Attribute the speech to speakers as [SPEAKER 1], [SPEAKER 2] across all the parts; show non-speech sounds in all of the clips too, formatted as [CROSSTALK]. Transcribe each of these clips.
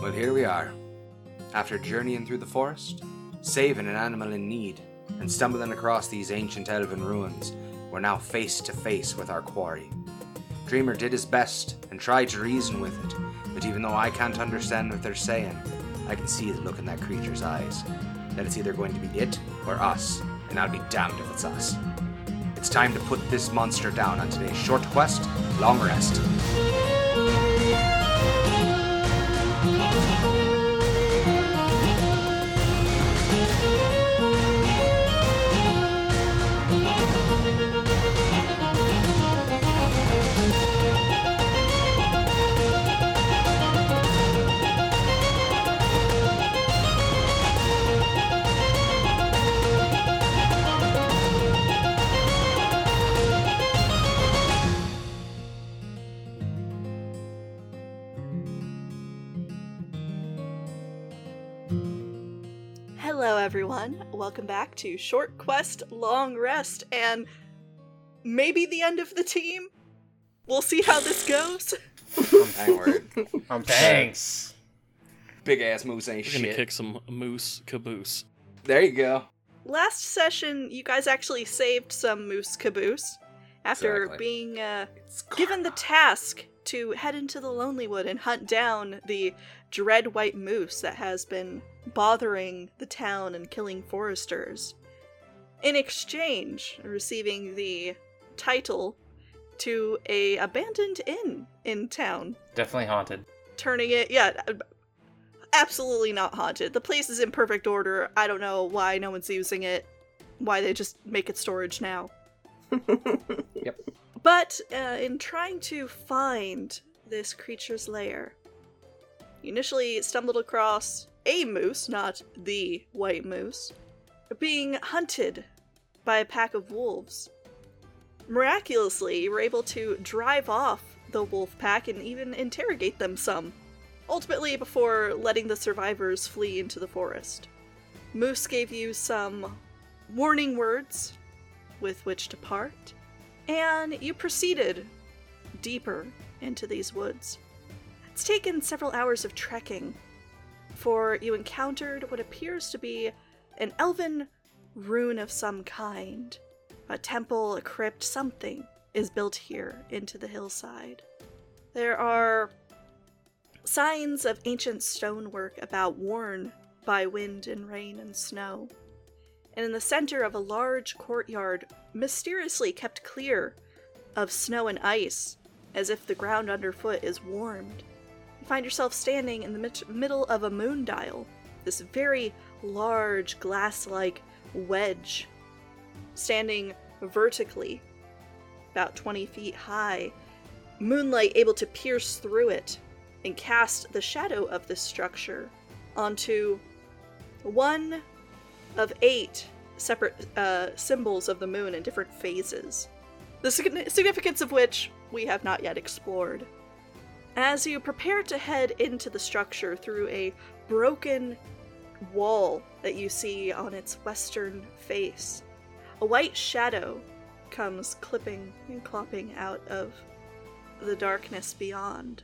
[SPEAKER 1] But here we are. After journeying through the forest, saving an animal in need, and stumbling across these ancient elven ruins, we're now face to face with our quarry. Dreamer did his best and tried to reason with it, but even though I can't understand what they're saying, I can see the look in that creature's eyes. That it's either going to be it or us, and I'll be damned if it's us. It's time to put this monster down on today's short quest, long
[SPEAKER 2] [LAUGHS]
[SPEAKER 1] rest.
[SPEAKER 3] Hello, everyone. Welcome back to Short Quest, Long Rest, and maybe the end of the team. We'll see how this goes.
[SPEAKER 1] Dang word.
[SPEAKER 4] I'm
[SPEAKER 5] Thanks.
[SPEAKER 1] Big ass moose ain't
[SPEAKER 2] We're gonna
[SPEAKER 1] shit.
[SPEAKER 2] kick some moose caboose.
[SPEAKER 1] There you go.
[SPEAKER 3] Last session, you guys actually saved some Moose Caboose after
[SPEAKER 1] Exactly.
[SPEAKER 3] being uh,
[SPEAKER 1] It's
[SPEAKER 3] given the task to head into the Lonely Wood and hunt down the dread white moose that has been bothering the town and killing foresters. In exchange, receiving the title to a abandoned inn in town,
[SPEAKER 5] Definitely haunted.
[SPEAKER 3] turning it yeah, uh, absolutely not haunted. The place is in perfect order. I don't know why no one's using it. Why they just make it storage now. But uh, in trying to find this creature's lair, you initially stumbled across a moose, not the white moose, being hunted by a pack of wolves. Miraculously, you were able to drive off the wolf pack and even interrogate them some, ultimately, before letting the survivors flee into the forest. Moose gave you some warning words with which to part, and you proceeded deeper into these woods. It's taken several hours of trekking, for you encountered what appears to be an elven ruin of some kind. A temple, a crypt, something is built here into the hillside. There are signs of ancient stonework about worn by wind and rain and snow and in the center of a large courtyard, mysteriously kept clear of snow and ice, as if the ground underfoot is warmed. You find yourself standing in the mit- middle of a moon dial, this very large glass like wedge, standing vertically, about 20 feet high, moonlight able to pierce through it and cast the shadow of this structure onto one of eight separate uh, symbols of the moon in different phases, the signi- significance of which we have not yet explored. As you prepare to head into the structure through a broken wall that you see on its western face, a white shadow comes clipping and clopping out of the darkness beyond.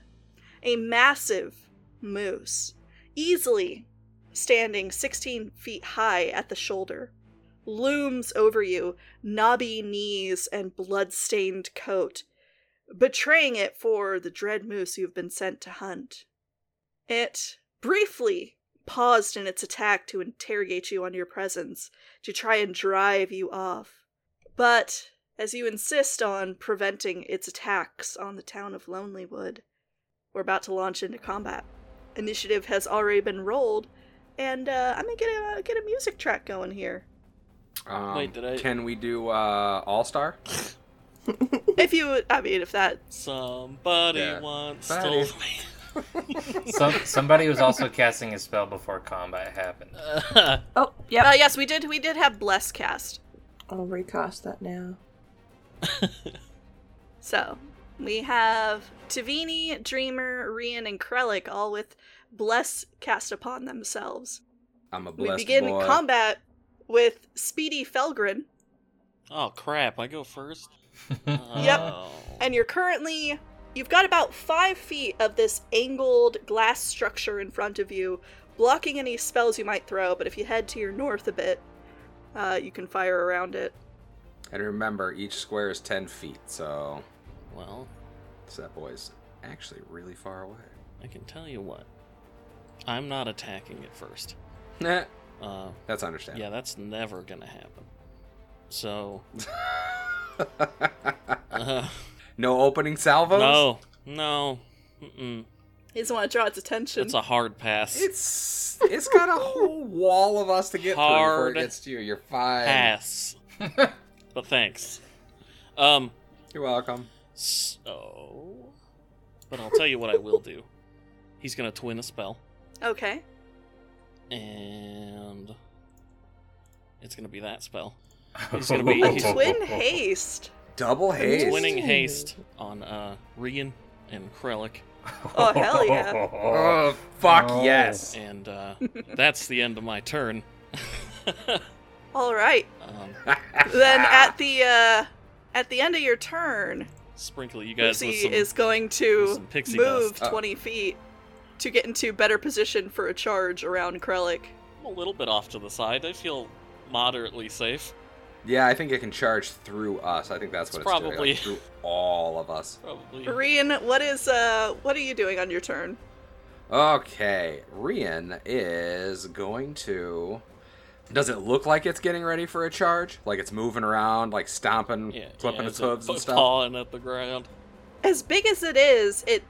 [SPEAKER 3] A massive moose, easily standing 16 feet high at the shoulder, looms over you, knobby knees and blood-stained coat, betraying it for the dread moose you've been sent to hunt. It briefly paused in its attack to interrogate you on your presence, to try and drive you off. But as you insist on preventing its attacks on the town of Lonelywood, we're about to launch into combat. Initiative has already been rolled, and uh, I'm gonna get a get a music track going here.
[SPEAKER 1] Um,
[SPEAKER 2] Wait, did I-
[SPEAKER 1] Can we do uh, All Star?
[SPEAKER 3] if you, I mean, if that,
[SPEAKER 2] Somebody
[SPEAKER 1] Yeah.
[SPEAKER 2] once
[SPEAKER 1] Buddy.
[SPEAKER 2] told [LAUGHS]
[SPEAKER 5] Some, somebody was also casting a spell before combat happened.
[SPEAKER 2] me.
[SPEAKER 1] [LAUGHS]
[SPEAKER 4] Oh, yep.
[SPEAKER 6] Ah.
[SPEAKER 3] uh, yes, we did, we did have bless cast,
[SPEAKER 4] I'll recast that
[SPEAKER 6] [LAUGHS]
[SPEAKER 4] now.
[SPEAKER 3] so we have Tavini, Dreamer, Rian, and Krellik all with bless cast upon themselves.
[SPEAKER 1] I'm a
[SPEAKER 3] We
[SPEAKER 1] blessed
[SPEAKER 3] begin
[SPEAKER 1] boy.
[SPEAKER 3] combat with Speedy Felgrin,
[SPEAKER 2] oh crap! I go first.
[SPEAKER 1] [LAUGHS]
[SPEAKER 3] Yep.
[SPEAKER 2] Oh.
[SPEAKER 3] and you're currently You've got about five feet of this angled glass structure in front of you, blocking any spells you might throw, but if you head to your north a bit, uh, you can fire around it.
[SPEAKER 1] And remember, each square is 10 feet, so.
[SPEAKER 2] Well,
[SPEAKER 1] So that boy's actually really far away.
[SPEAKER 2] I can tell you what. I'm not attacking it first.
[SPEAKER 1] Nah,
[SPEAKER 2] Uh,
[SPEAKER 1] that's understandable.
[SPEAKER 2] yeah, that's never gonna happen.
[SPEAKER 1] [LAUGHS]
[SPEAKER 2] So, uh,
[SPEAKER 1] no opening salvos?
[SPEAKER 2] no, no, mm-mm.
[SPEAKER 3] He doesn't want to draw its attention.
[SPEAKER 2] that's a hard pass.
[SPEAKER 1] It's it's got a whole wall of us to get through before
[SPEAKER 2] Hard
[SPEAKER 1] it gets to you. You're fine. [LAUGHS]
[SPEAKER 2] pass. but thanks. Um,
[SPEAKER 1] You're welcome.
[SPEAKER 2] so, but I'll tell you what I will do. He's gonna twin a spell,
[SPEAKER 3] Okay.
[SPEAKER 2] and it's gonna be that spell.
[SPEAKER 5] It's
[SPEAKER 2] He's
[SPEAKER 1] [LAUGHS]
[SPEAKER 2] gonna be-
[SPEAKER 3] A twin haste.
[SPEAKER 1] Double haste.
[SPEAKER 2] Twinning
[SPEAKER 4] Ooh.
[SPEAKER 2] haste on uh Rian and Krellik,
[SPEAKER 3] Oh, hell
[SPEAKER 5] [LAUGHS]
[SPEAKER 3] yeah.
[SPEAKER 1] Oh fuck
[SPEAKER 5] No.
[SPEAKER 1] yes. [LAUGHS]
[SPEAKER 2] and uh, that's the end of my turn. [LAUGHS]
[SPEAKER 3] All right.
[SPEAKER 2] um,
[SPEAKER 3] Then
[SPEAKER 2] Ah.
[SPEAKER 3] at the uh, at the end of your turn,
[SPEAKER 2] sprinkle you guys
[SPEAKER 3] Lucy
[SPEAKER 2] with some.
[SPEAKER 3] is going
[SPEAKER 2] with
[SPEAKER 3] to
[SPEAKER 2] some pixie
[SPEAKER 3] move
[SPEAKER 1] dust. Oh.
[SPEAKER 3] 20 feet to get into better position for a charge around Krellik.
[SPEAKER 2] I'm a little bit off to the side. I feel moderately safe.
[SPEAKER 1] Yeah, I think it can charge through us. I think that's what
[SPEAKER 2] It's
[SPEAKER 1] it's, doing,
[SPEAKER 2] probably-
[SPEAKER 1] like, through all of us.
[SPEAKER 2] Probably.
[SPEAKER 3] Rian, what is uh what are you doing on your turn?
[SPEAKER 1] Okay, Rian is going to. Does it look like it's getting ready for a charge? Like it's moving around, like stomping,
[SPEAKER 2] Yeah,
[SPEAKER 1] flipping
[SPEAKER 2] yeah,
[SPEAKER 1] its
[SPEAKER 2] a-
[SPEAKER 1] hooves and stuff.
[SPEAKER 2] Pawing at the ground.
[SPEAKER 3] As big as it is, it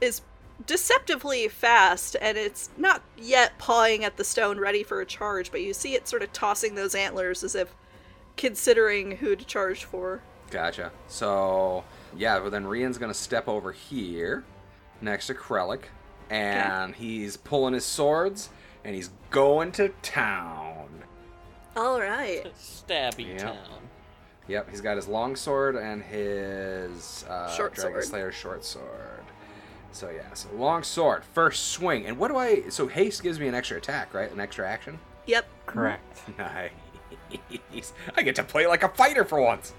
[SPEAKER 3] is deceptively fast and it's not yet pawing at the stone ready for a charge, but you see it sort of tossing those antlers as if considering who to charge for.
[SPEAKER 1] Gotcha. So yeah, well then Rian's gonna step over here next to Krellik, and he's pulling his swords and he's going to town.
[SPEAKER 3] All right.
[SPEAKER 2] Stabby
[SPEAKER 1] Yeah.
[SPEAKER 2] town.
[SPEAKER 1] Yep, he's got his long sword and his uh,
[SPEAKER 3] Short
[SPEAKER 1] Dragon
[SPEAKER 3] sword.
[SPEAKER 1] Slayer short sword. So yeah, so long sword, first swing, and what do I? So haste gives me an extra attack, right? An extra action.
[SPEAKER 3] [LAUGHS]
[SPEAKER 1] [LAUGHS]
[SPEAKER 3] Yep.
[SPEAKER 5] Correct.
[SPEAKER 1] Nice. I get to play like a fighter for
[SPEAKER 3] [LAUGHS]
[SPEAKER 1] once.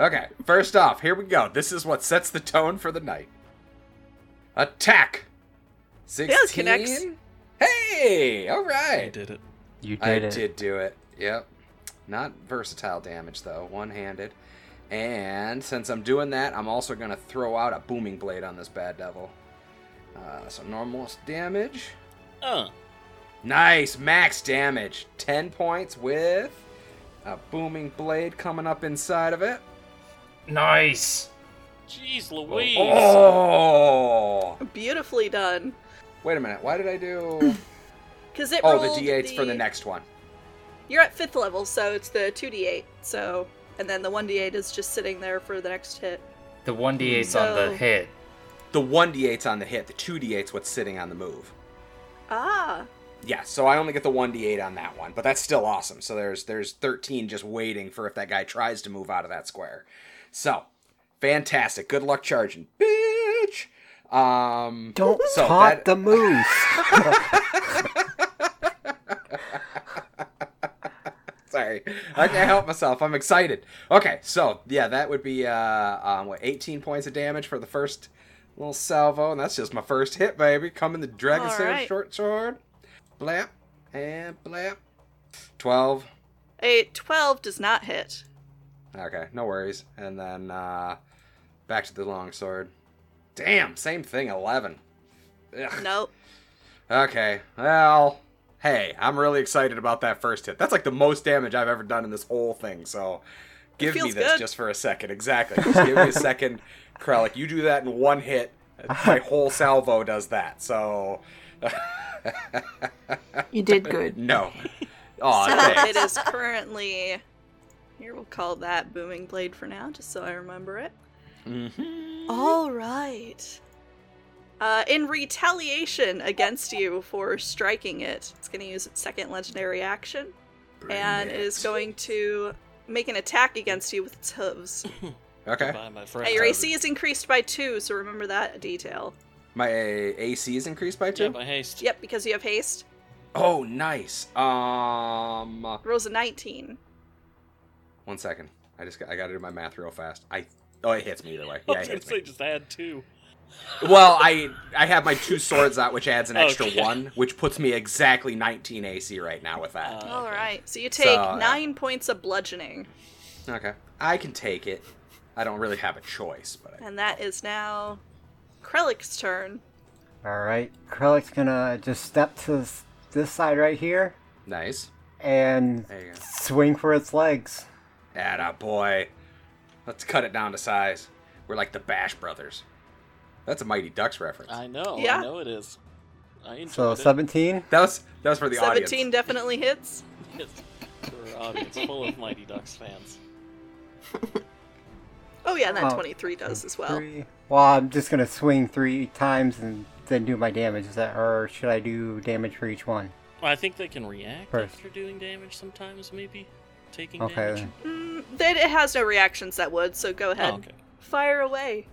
[SPEAKER 1] okay, first off, here we go. This is what sets the tone for the night. Attack.
[SPEAKER 3] Yeah, it
[SPEAKER 1] Sixteen.
[SPEAKER 3] connects.
[SPEAKER 1] hey, all right.
[SPEAKER 2] I did it.
[SPEAKER 5] You did
[SPEAKER 1] I
[SPEAKER 5] it.
[SPEAKER 1] did do it. Yep. Not versatile damage though, one-handed. And since I'm doing that, I'm also gonna throw out a booming blade on this bad devil. Uh, so normal damage.
[SPEAKER 2] Uh,
[SPEAKER 1] Nice, max damage. 10 points with a booming blade coming up inside of it.
[SPEAKER 5] Nice.
[SPEAKER 2] jeez Louise.
[SPEAKER 1] Oh!
[SPEAKER 3] Beautifully done.
[SPEAKER 1] Wait a minute, why did I do.
[SPEAKER 3] Cuz it
[SPEAKER 1] Oh, the
[SPEAKER 3] rolled
[SPEAKER 1] d8s for the next one.
[SPEAKER 3] You're at 5th level, so it's the 2d8. So and then the 1d8 is just sitting there for the next hit.
[SPEAKER 5] The one d8's on
[SPEAKER 3] No.
[SPEAKER 5] the hit.
[SPEAKER 1] The 1d8's on the hit, the 2d8's what's sitting on the move.
[SPEAKER 3] Ah.
[SPEAKER 1] Yeah, so I only get the 1d8 on that one, but that's still awesome. So there's there's 13 just waiting for if that guy tries to move out of that square. So, fantastic. Good luck charging, bitch. Um [LAUGHS]
[SPEAKER 6] Don't
[SPEAKER 1] So that-
[SPEAKER 6] taunt the moose.
[SPEAKER 1] Sorry, I can't help myself. I'm excited. Okay, so yeah, that would be uh, um, what 18 points of damage for the first little salvo, and that's just my first hit, baby. Coming the dragon
[SPEAKER 3] All
[SPEAKER 1] slayer
[SPEAKER 3] right.
[SPEAKER 1] short sword, blap and blap. 12.
[SPEAKER 3] A 12 does not hit.
[SPEAKER 1] Okay, no worries. And then uh, back to the long sword. Damn, same thing. 11. Ugh.
[SPEAKER 3] Nope.
[SPEAKER 1] Okay, well, hey, I'm really excited about that first hit. That's like the most damage I've ever done in this whole thing, so give me
[SPEAKER 3] feels
[SPEAKER 1] this
[SPEAKER 3] good.
[SPEAKER 1] just for a second. Exactly. Just give me a
[SPEAKER 3] [LAUGHS]
[SPEAKER 1] second. Kralik, you do that in one hit. My whole salvo does that, so.
[SPEAKER 4] You did
[SPEAKER 3] [LAUGHS]
[SPEAKER 4] good.
[SPEAKER 1] no. Aw,
[SPEAKER 3] so
[SPEAKER 1] thanks.
[SPEAKER 3] [LAUGHS] it is currently. Here, we'll call that Booming Blade for now, just so I remember it.
[SPEAKER 1] Mm-hmm.
[SPEAKER 3] All right. Uh, in retaliation against you for striking it, it's going to use its second legendary action
[SPEAKER 1] Bring
[SPEAKER 3] and
[SPEAKER 1] it.
[SPEAKER 3] it is going to make an attack against you with its hooves.
[SPEAKER 1] Okay.
[SPEAKER 2] Goodbye, my
[SPEAKER 3] Uh,
[SPEAKER 2] friend.
[SPEAKER 3] your AC is increased by two, so remember that detail.
[SPEAKER 1] My AC is increased by two?
[SPEAKER 2] Yeah, by haste.
[SPEAKER 3] Yep, because you have haste.
[SPEAKER 1] Oh, nice. Um,
[SPEAKER 3] Rolls a 19.
[SPEAKER 1] one second. I just got, I got to do my math real fast. I Oh, it hits me either
[SPEAKER 2] [LAUGHS]
[SPEAKER 1] way.
[SPEAKER 2] I
[SPEAKER 1] Yeah,
[SPEAKER 2] was
[SPEAKER 1] it
[SPEAKER 2] gonna
[SPEAKER 1] hits
[SPEAKER 2] say
[SPEAKER 1] me.
[SPEAKER 2] just add two.
[SPEAKER 1] Well, I I have my two swords out, which adds an extra
[SPEAKER 2] Okay.
[SPEAKER 1] one, which puts me exactly 19 AC right now with that.
[SPEAKER 2] Uh,
[SPEAKER 3] All right. So you
[SPEAKER 1] So,
[SPEAKER 3] take
[SPEAKER 1] uh,
[SPEAKER 3] nine points of bludgeoning,
[SPEAKER 1] okay, I can take it. I don't really have a choice, but I,
[SPEAKER 3] and that is now Krelik's turn.
[SPEAKER 6] All right, Krelik's gonna just step to this, this side right here
[SPEAKER 1] nice.
[SPEAKER 6] and
[SPEAKER 1] There you go.
[SPEAKER 6] swing for its legs.
[SPEAKER 1] Atta boy. Let's cut it down to size. We're like the Bash Brothers. That's a Mighty Ducks reference.
[SPEAKER 2] I know.
[SPEAKER 3] Yeah.
[SPEAKER 2] I know it is. I
[SPEAKER 6] So
[SPEAKER 2] enjoyed it.
[SPEAKER 6] 17.
[SPEAKER 1] that was that was for the
[SPEAKER 3] 17
[SPEAKER 1] audience.
[SPEAKER 3] definitely hits.
[SPEAKER 2] Yes. For our audience full of Mighty Ducks fans.
[SPEAKER 3] Oh, yeah, and that
[SPEAKER 6] Oh.
[SPEAKER 3] 23 does as well.
[SPEAKER 6] Three. Well, I'm just gonna swing three times and then do my damage. Is that, or should I do damage for each one?
[SPEAKER 2] Well, I think they can react
[SPEAKER 6] First.
[SPEAKER 2] after doing damage sometimes, maybe. Taking
[SPEAKER 6] Okay,
[SPEAKER 2] damage.
[SPEAKER 6] then.
[SPEAKER 3] Mm, then it has no reactions that would, so go ahead.
[SPEAKER 2] Oh, okay.
[SPEAKER 3] Fire away.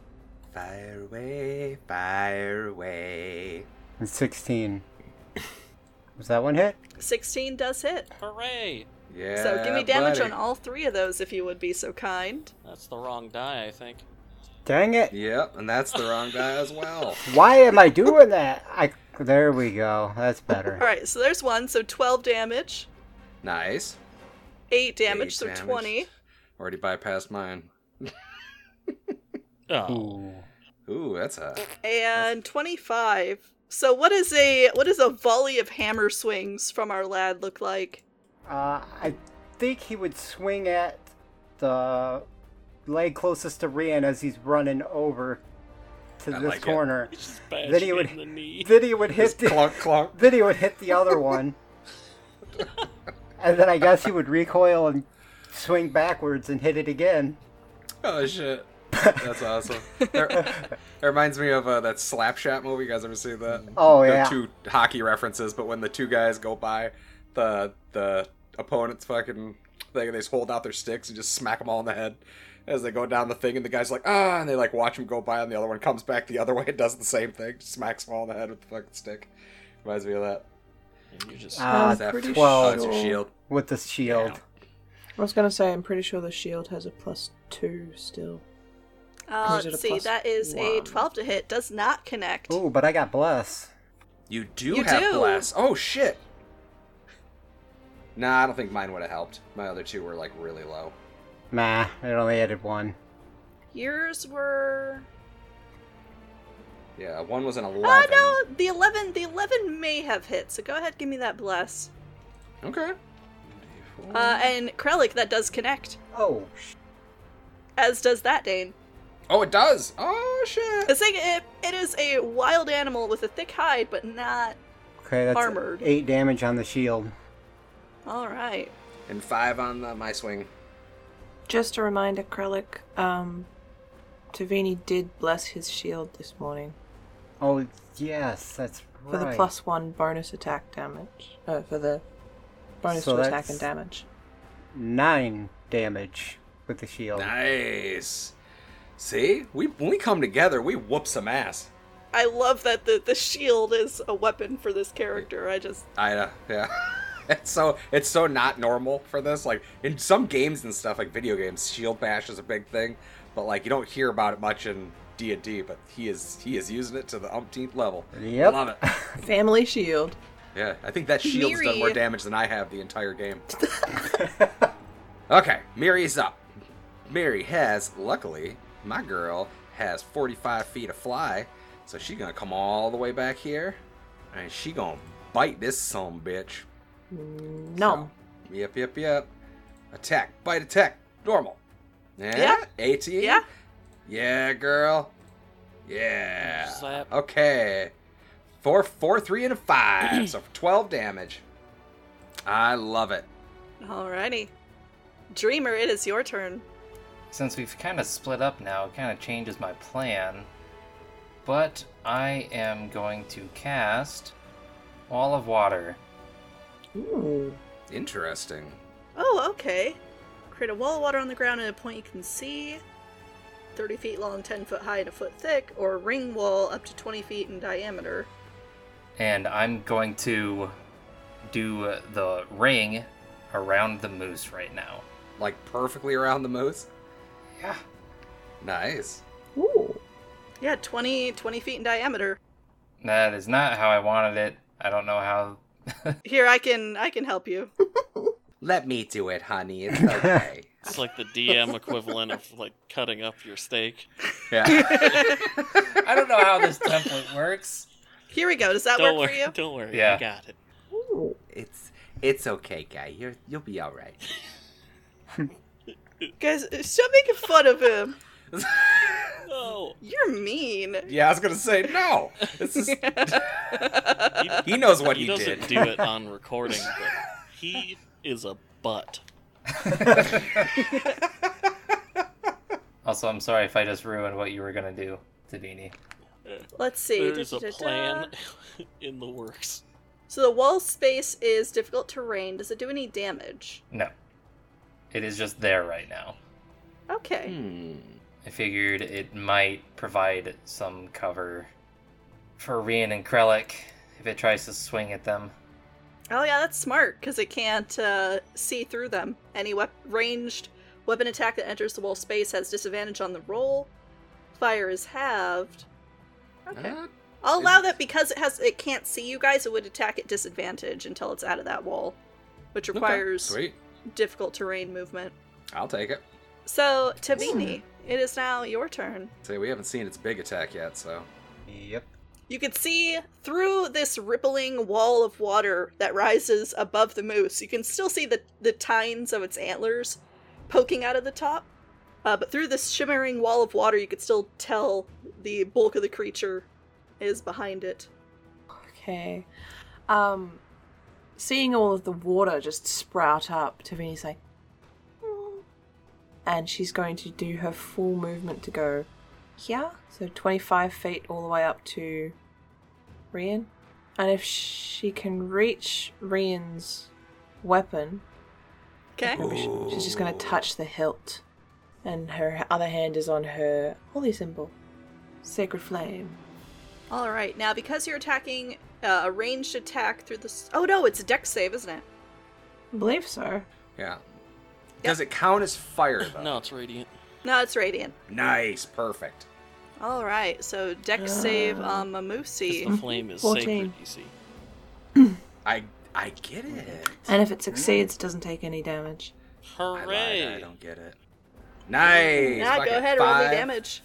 [SPEAKER 1] Fire away, fire away.
[SPEAKER 6] And 16. Was that one hit?
[SPEAKER 3] 16 does hit.
[SPEAKER 2] Hooray!
[SPEAKER 1] Yeah.
[SPEAKER 3] so give me damage
[SPEAKER 1] buddy.
[SPEAKER 3] on all three of those if you would be so kind.
[SPEAKER 2] That's the wrong die, I think.
[SPEAKER 6] Dang it!
[SPEAKER 1] Yep, and that's the wrong guy as well. [LAUGHS]
[SPEAKER 6] Why am I doing that? I. There we go. That's better.
[SPEAKER 3] All right, so there's one, so 12 damage,
[SPEAKER 1] Nice.
[SPEAKER 3] 8 damage,
[SPEAKER 1] Eight
[SPEAKER 3] so 20.
[SPEAKER 1] Already bypassed mine.
[SPEAKER 2] Oh.
[SPEAKER 6] Ooh.
[SPEAKER 1] Ooh, that's
[SPEAKER 3] [LAUGHS]
[SPEAKER 1] a
[SPEAKER 3] and 25 so what is a what is a volley of hammer swings from our lad look like
[SPEAKER 6] Uh, I think he would swing at the leg closest to Rian as he's running over to
[SPEAKER 1] I
[SPEAKER 6] this
[SPEAKER 1] like it.
[SPEAKER 6] corner.
[SPEAKER 2] It's just bad
[SPEAKER 6] Then
[SPEAKER 2] then
[SPEAKER 6] he would-
[SPEAKER 2] in the
[SPEAKER 6] [LAUGHS]
[SPEAKER 2] knee.
[SPEAKER 6] Then
[SPEAKER 1] [LAUGHS]
[SPEAKER 6] he would hit
[SPEAKER 1] Just
[SPEAKER 6] the [LAUGHS]
[SPEAKER 1] clunk clunk.
[SPEAKER 6] then he would hit the other one, and then I guess he would recoil and swing backwards and hit it again.
[SPEAKER 1] Oh shit. That's awesome.
[SPEAKER 3] [LAUGHS]
[SPEAKER 1] That that reminds me of uh, that Slapshot movie. You guys ever seen that?
[SPEAKER 6] Oh
[SPEAKER 1] the
[SPEAKER 6] yeah,
[SPEAKER 1] two hockey references, but when the two guys go by the the opponent's fucking thing, they just hold out their sticks and just smack them all in the head as they go down the thing, and the guy's like ah, and they like watch him go by, and the other one comes back the other [LAUGHS] way and does the same thing, smacks them all in the head with the fucking stick. Reminds me of that.
[SPEAKER 2] And you just
[SPEAKER 6] Uh,
[SPEAKER 1] Zap
[SPEAKER 4] pretty
[SPEAKER 1] to-
[SPEAKER 6] sure-
[SPEAKER 1] oh, it's your shield.
[SPEAKER 6] with the shield.
[SPEAKER 4] I was gonna say, I'm pretty sure the shield has a plus two still.
[SPEAKER 3] uh,
[SPEAKER 4] Is it a
[SPEAKER 3] let's see
[SPEAKER 4] plus
[SPEAKER 3] that is a
[SPEAKER 4] one?
[SPEAKER 3] 12 to hit does not connect
[SPEAKER 6] Ooh, but I got bless.
[SPEAKER 1] You do
[SPEAKER 3] You
[SPEAKER 1] have
[SPEAKER 3] do.
[SPEAKER 1] blast. Oh shit. Nah, I don't think mine would have helped. My other two were like really low.
[SPEAKER 6] Nah, it only added one.
[SPEAKER 3] yours were
[SPEAKER 1] Yeah, one was an
[SPEAKER 3] oh
[SPEAKER 1] eleven.
[SPEAKER 3] no the 11 the 11 may have hit so go ahead give me that bless
[SPEAKER 1] Okay.
[SPEAKER 3] uh, and krelik that does connect
[SPEAKER 6] Oh,
[SPEAKER 3] as does that dane
[SPEAKER 1] oh, it does. Oh shit.
[SPEAKER 3] it's like it, it is a wild animal with a thick hide but not
[SPEAKER 6] okay, that's
[SPEAKER 3] Armored.
[SPEAKER 6] eight damage on the shield.
[SPEAKER 3] all right
[SPEAKER 1] And five on the, my swing.
[SPEAKER 4] Just a reminder, Krelik, um, Tavini did bless his shield this morning
[SPEAKER 6] Oh yes, that's right.
[SPEAKER 4] for the plus one bonus attack damage. Uh, for the bonus
[SPEAKER 6] So
[SPEAKER 4] to attack
[SPEAKER 6] that's-
[SPEAKER 4] and damage.
[SPEAKER 6] nine damage with the shield.
[SPEAKER 1] Nice. See, we when we come together, we whoop some ass.
[SPEAKER 3] i love that the, the shield is a weapon for this character i just
[SPEAKER 1] I uh, yeah. [LAUGHS] It's so it's so not normal for this. Like in some games and stuff, like video games, shield bash is a big thing, but like you don't hear about it much in D and D. But he is he is using it to the umpteenth level.
[SPEAKER 6] Yep.
[SPEAKER 1] Love it.
[SPEAKER 4] Family shield.
[SPEAKER 1] Yeah, I think that shield's done more
[SPEAKER 3] Miri.
[SPEAKER 1] damage than I have the entire
[SPEAKER 3] [LAUGHS]
[SPEAKER 1] game. okay, Miri's up. Miri has, luckily, my girl has 45 feet of fly, so she gonna come all the way back here, and she gonna bite this some bitch.
[SPEAKER 4] No.
[SPEAKER 1] So, yep, yep, yep. Attack, bite, attack, normal. Yeah.
[SPEAKER 3] Yeah.
[SPEAKER 1] 18.
[SPEAKER 3] yeah
[SPEAKER 1] Yeah, girl. Yeah. [LAUGHS]
[SPEAKER 2] Slap.
[SPEAKER 1] Okay. Four, four, three, and a [CLEARS THROAT] five. so twelve damage. I love it.
[SPEAKER 3] Alrighty. Dreamer, it is your turn.
[SPEAKER 5] Since we've kind of split up now, it kind of changes my plan. But I am going to cast Wall of Water.
[SPEAKER 4] Ooh.
[SPEAKER 1] Interesting.
[SPEAKER 3] Oh, okay. Create a wall of water on the ground at a point you can see. 30 feet long, 10 foot high, and a foot thick, or a ring wall up to 20 feet in diameter.
[SPEAKER 5] And I'm going to do uh, the ring around the moose right now.
[SPEAKER 1] Like perfectly around the moose.
[SPEAKER 5] Yeah.
[SPEAKER 1] Nice.
[SPEAKER 4] Ooh.
[SPEAKER 3] Yeah, 20, 20 feet in diameter.
[SPEAKER 5] That is not how I wanted it. I don't know how.
[SPEAKER 3] Here, I can I can help you.
[SPEAKER 1] Let me do it, honey. [LAUGHS] It's okay.
[SPEAKER 2] It's like the DM equivalent of like cutting up your steak.
[SPEAKER 1] yeah.
[SPEAKER 5] I don't know how this template works.
[SPEAKER 3] Here we go. Does that
[SPEAKER 2] don't
[SPEAKER 3] work
[SPEAKER 2] worry,
[SPEAKER 3] for you?
[SPEAKER 2] [LAUGHS] don't worry.
[SPEAKER 5] Yeah.
[SPEAKER 2] I got it.
[SPEAKER 4] Ooh.
[SPEAKER 1] [LAUGHS] It's it's okay, guy. You're you'll be all right.
[SPEAKER 3] Guys, stop making fun of him.
[SPEAKER 2] No.
[SPEAKER 3] You're mean.
[SPEAKER 1] [LAUGHS] yeah, I was gonna say no. This [LAUGHS] is
[SPEAKER 2] He,
[SPEAKER 1] [LAUGHS] he knows what
[SPEAKER 2] he
[SPEAKER 1] he,
[SPEAKER 2] doesn't
[SPEAKER 1] did.
[SPEAKER 2] do
[SPEAKER 1] [LAUGHS]
[SPEAKER 2] it on recording, but he is a butt.
[SPEAKER 5] Also, I'm sorry if I just ruined what you were gonna do, Tabini.
[SPEAKER 3] Let's see.
[SPEAKER 2] There is a
[SPEAKER 3] Da-da-da-da.
[SPEAKER 2] plan [LAUGHS] in the works.
[SPEAKER 3] So the wall space is difficult terrain. Does it do any damage?
[SPEAKER 5] No, it is just there right now.
[SPEAKER 3] Okay.
[SPEAKER 1] Hmm.
[SPEAKER 5] I figured it might provide some cover for Rian and Krellik if it tries to swing at them.
[SPEAKER 2] Hmm.
[SPEAKER 3] Oh yeah, that's smart because it can't uh, see through them. Any wep- ranged weapon attack that enters the wall space has disadvantage on the roll. Fire is halved.
[SPEAKER 2] Ah.
[SPEAKER 3] Okay,
[SPEAKER 1] Uh,
[SPEAKER 3] I'll allow that because it has it can't see you guys. It would attack at disadvantage until it's out of that wall, which requires
[SPEAKER 1] sweet.
[SPEAKER 3] difficult terrain movement.
[SPEAKER 1] I'll take it.
[SPEAKER 3] So Tabini, it is now your turn.
[SPEAKER 1] Say we haven't seen its big attack yet, so
[SPEAKER 6] Yep.
[SPEAKER 3] You can see through this rippling wall of water that rises above the moose. You can still see the, the tines of its antlers poking out of the top. Uh, but through this shimmering wall of water, you could still tell the bulk of the creature is behind it.
[SPEAKER 4] Okay. Um, seeing all of the water just sprout up, Tavini's like, "Hmm." and she's going to do her full movement to go here, so 25 feet all the way up to Rian. And if she can reach Rian's weapon,
[SPEAKER 3] Okay?
[SPEAKER 4] maybe she- she's just going to touch the hilt, and her other hand is on her holy symbol, sacred flame.
[SPEAKER 3] All right. Now, because you're attacking uh, a ranged attack through this. Oh, no, it's a deck save, isn't it?
[SPEAKER 4] I believe so.
[SPEAKER 1] yeah. Does it count as fire though?
[SPEAKER 2] No, it's radiant.
[SPEAKER 3] No, it's radiant.
[SPEAKER 1] Nice. Perfect.
[SPEAKER 3] All right. So, deck save on Mamusi.
[SPEAKER 2] 'cause The flame is
[SPEAKER 4] 14.
[SPEAKER 2] sacred, you see.
[SPEAKER 1] I I get it.
[SPEAKER 4] And if it succeeds, it doesn't take any damage.
[SPEAKER 1] I, lied,
[SPEAKER 2] Hooray!
[SPEAKER 1] I don't get it. Nice.
[SPEAKER 3] Now,
[SPEAKER 1] Fucking
[SPEAKER 3] go ahead, roll the
[SPEAKER 1] five.
[SPEAKER 3] damage.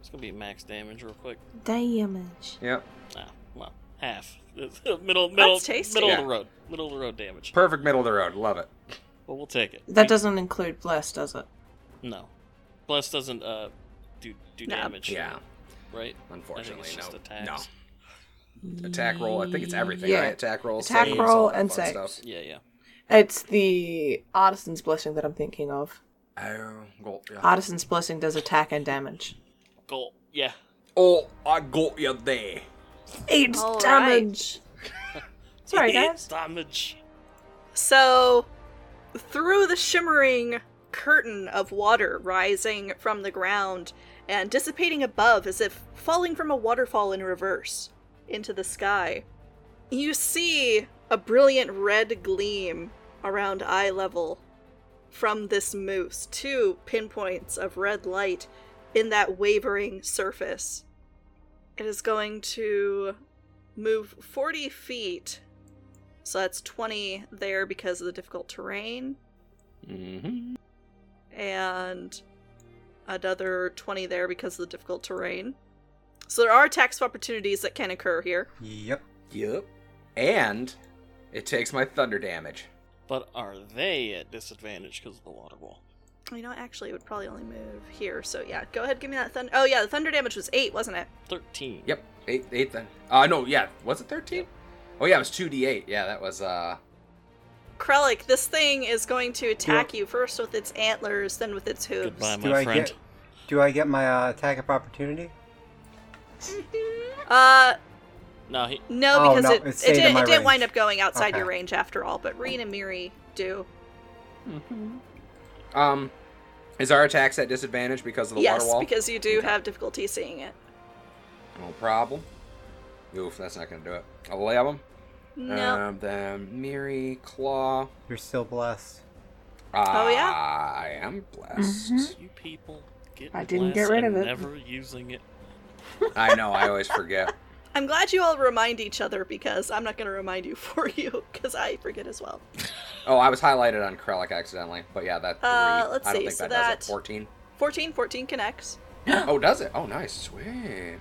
[SPEAKER 2] It's gonna be max damage real quick.
[SPEAKER 4] Damage.
[SPEAKER 1] Yep.
[SPEAKER 2] Ah, well, half. [LAUGHS] middle, middle,
[SPEAKER 3] tasty.
[SPEAKER 2] middle of
[SPEAKER 1] Yeah.
[SPEAKER 2] the road. Middle of the road damage.
[SPEAKER 1] Perfect middle of the road. Love it.
[SPEAKER 2] But we'll take it.
[SPEAKER 4] That doesn't include bless, does it?
[SPEAKER 2] No, bless doesn't uh do do
[SPEAKER 3] No.
[SPEAKER 2] damage.
[SPEAKER 1] Yeah.
[SPEAKER 2] Right.
[SPEAKER 1] Unfortunately,
[SPEAKER 2] I think it's just
[SPEAKER 1] no.
[SPEAKER 2] attacks.
[SPEAKER 1] No. Attack roll. I think it's everything.
[SPEAKER 4] Yeah.
[SPEAKER 1] Right? Attack roll.
[SPEAKER 4] Attack
[SPEAKER 1] saves,
[SPEAKER 4] roll
[SPEAKER 1] all that
[SPEAKER 4] and
[SPEAKER 1] fun
[SPEAKER 4] saves.
[SPEAKER 1] stuff.
[SPEAKER 2] Yeah, yeah.
[SPEAKER 4] It's the artisan's blessing that I'm thinking of.
[SPEAKER 1] Oh, got ya.
[SPEAKER 4] Artisan's blessing does attack and damage.
[SPEAKER 2] Goal. Yeah.
[SPEAKER 1] Oh, I got you there.
[SPEAKER 4] Eight
[SPEAKER 3] All
[SPEAKER 4] damage.
[SPEAKER 2] [LAUGHS]
[SPEAKER 4] Sorry, guys.
[SPEAKER 2] Damage.
[SPEAKER 3] So, through the shimmering curtain of water rising from the ground and dissipating above as if falling from a waterfall in reverse into the sky, you see a brilliant red gleam around eye level from this moose. Two pinpoints of red light in that wavering surface. It is going to move 40 feet so that's 20 there because of the difficult terrain,
[SPEAKER 1] Mm-hmm.
[SPEAKER 3] and another 20 there because of the difficult terrain. So there are tax opportunities that can occur here.
[SPEAKER 6] Yep.
[SPEAKER 1] Yep. And it takes my thunder damage.
[SPEAKER 2] But are they at disadvantage because of the water wall?
[SPEAKER 3] You know, actually, it would probably only move here. So yeah, go ahead, give me that thunder. Oh yeah, the thunder damage was 8, wasn't it?
[SPEAKER 2] Thirteen.
[SPEAKER 1] Yep. Eight. Eight. Then. Uh, no. Yeah. Was it thirteen? Oh yeah, it was two d eight. Yeah, that was uh.
[SPEAKER 3] Krellik, this thing is going to attack you first with its antlers, then with its hooves.
[SPEAKER 2] Goodbye,
[SPEAKER 6] Do
[SPEAKER 2] my
[SPEAKER 6] I
[SPEAKER 2] friend.
[SPEAKER 6] get? Do I get my uh, attack of opportunity?
[SPEAKER 3] Uh,
[SPEAKER 2] No, he,
[SPEAKER 3] no,
[SPEAKER 6] Oh,
[SPEAKER 3] because
[SPEAKER 6] no,
[SPEAKER 3] it,
[SPEAKER 6] it
[SPEAKER 3] it,
[SPEAKER 6] stayed in
[SPEAKER 3] did,
[SPEAKER 6] my
[SPEAKER 3] it did wind
[SPEAKER 6] range.
[SPEAKER 3] up going outside
[SPEAKER 6] Okay.
[SPEAKER 3] your range after all, but Reen and Miri do.
[SPEAKER 1] Um, is our attacks at disadvantage because of the
[SPEAKER 3] yes,
[SPEAKER 1] water wall?
[SPEAKER 3] because you do have difficulty seeing it.
[SPEAKER 1] No problem. Oof, that's not gonna do it. Eleven.
[SPEAKER 3] No.
[SPEAKER 1] Um, then Miri Claw.
[SPEAKER 6] You're still blessed.
[SPEAKER 1] Ah,
[SPEAKER 3] Oh, yeah? Mm-hmm.
[SPEAKER 1] I am blessed.
[SPEAKER 2] you people. Getting
[SPEAKER 4] I didn't get
[SPEAKER 2] glass
[SPEAKER 4] rid
[SPEAKER 2] and
[SPEAKER 4] of it.
[SPEAKER 2] Never using it.
[SPEAKER 1] I know, I always
[SPEAKER 3] [LAUGHS]
[SPEAKER 1] forget.
[SPEAKER 3] I'm glad you all remind each other because I'm not going to remind you [LAUGHS] for you because I forget as well.
[SPEAKER 1] Oh, I was highlighted on Krellick accidentally, but yeah, that. three-
[SPEAKER 3] Uh, let's
[SPEAKER 1] I don't
[SPEAKER 3] see,
[SPEAKER 1] think
[SPEAKER 3] so
[SPEAKER 1] that, does it.
[SPEAKER 3] that-
[SPEAKER 1] Fourteen.
[SPEAKER 3] 14, 14 connects.
[SPEAKER 1] Oh, does it? Oh, nice, sweet.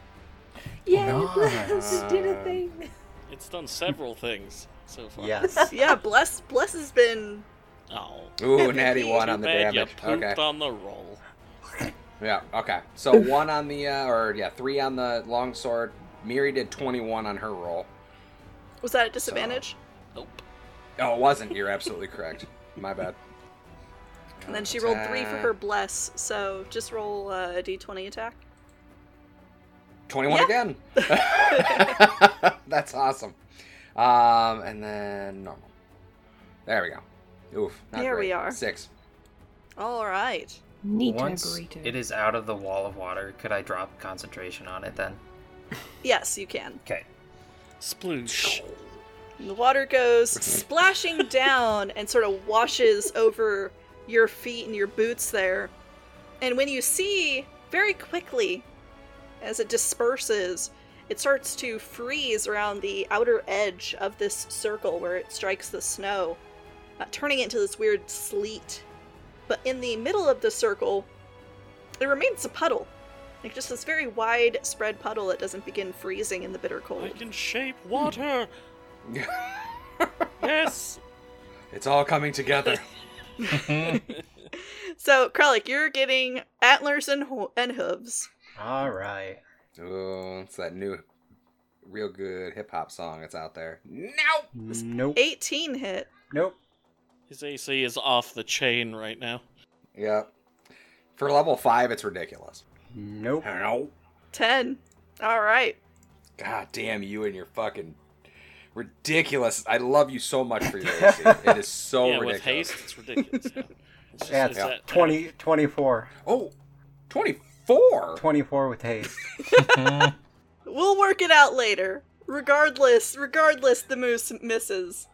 [SPEAKER 4] Yeah,
[SPEAKER 1] Nice.
[SPEAKER 4] did a thing.
[SPEAKER 2] It's done several things so far.
[SPEAKER 3] [LAUGHS]
[SPEAKER 6] Yes.
[SPEAKER 3] Yeah, bless bless has been
[SPEAKER 2] Oh.
[SPEAKER 1] Ooh,
[SPEAKER 3] Too
[SPEAKER 1] natty one
[SPEAKER 2] Too
[SPEAKER 1] on the
[SPEAKER 2] bad
[SPEAKER 1] damage.
[SPEAKER 2] you pooped
[SPEAKER 1] Okay.
[SPEAKER 2] on the roll.
[SPEAKER 1] Yeah. Okay. So one on the, uh, or yeah, three on the longsword. Miri did twenty-one on her roll.
[SPEAKER 3] was that a disadvantage?
[SPEAKER 2] Nope.
[SPEAKER 1] Oh, it wasn't. You're absolutely correct. My bad.
[SPEAKER 3] and then she rolled three for her bless, so just roll uh, a d20 attack.
[SPEAKER 1] Twenty-one
[SPEAKER 3] Yeah.
[SPEAKER 1] again. [LAUGHS] That's awesome. Um, and then normal. There we go. Oof. Not
[SPEAKER 3] There we
[SPEAKER 1] great.
[SPEAKER 3] are.
[SPEAKER 1] Six. [LAUGHS]
[SPEAKER 3] All right.
[SPEAKER 4] Neat
[SPEAKER 5] Once
[SPEAKER 4] burrito.
[SPEAKER 5] it is out of the wall of water, could I drop concentration on it then?
[SPEAKER 3] Yes, you can.
[SPEAKER 5] Okay.
[SPEAKER 2] Sploosh.
[SPEAKER 3] And the water goes splashing down and sort of washes over your feet and your boots there. And when you see very quickly as it disperses, it starts to freeze around the outer edge of this circle where it strikes the snow, uh, turning it into this weird sleet. But in the middle of the circle, it remains a puddle. Like just this very widespread puddle that doesn't begin freezing in the bitter
[SPEAKER 2] I
[SPEAKER 3] cold.
[SPEAKER 2] can shape water. Yes.
[SPEAKER 1] it's all coming together.
[SPEAKER 5] [LAUGHS]
[SPEAKER 3] So, Krellik, you're getting antlers and, ho- and hooves.
[SPEAKER 6] All right.
[SPEAKER 1] Ooh, it's that new, real good hip hop song. It's out there. No.
[SPEAKER 6] Nope.
[SPEAKER 3] 18 hit.
[SPEAKER 6] Nope.
[SPEAKER 2] His AC is off the chain right now.
[SPEAKER 1] Yep. For level five, it's ridiculous.
[SPEAKER 6] Nope.
[SPEAKER 1] I don't know.
[SPEAKER 3] 10. All right.
[SPEAKER 1] God damn you and your fucking ridiculous. I love you so much for your AC. it is so
[SPEAKER 2] yeah,
[SPEAKER 1] ridiculous.
[SPEAKER 2] with haste, it's ridiculous. Yeah. It's just-
[SPEAKER 6] Yeah,
[SPEAKER 2] it's
[SPEAKER 1] yeah.
[SPEAKER 6] [LAUGHS]
[SPEAKER 2] that-
[SPEAKER 6] 20, 24.
[SPEAKER 1] Oh, 24?
[SPEAKER 6] 24 with haste.
[SPEAKER 3] We'll work it out later. Regardless, regardless, the moose
[SPEAKER 2] [CLEARS THROAT]
[SPEAKER 3] misses.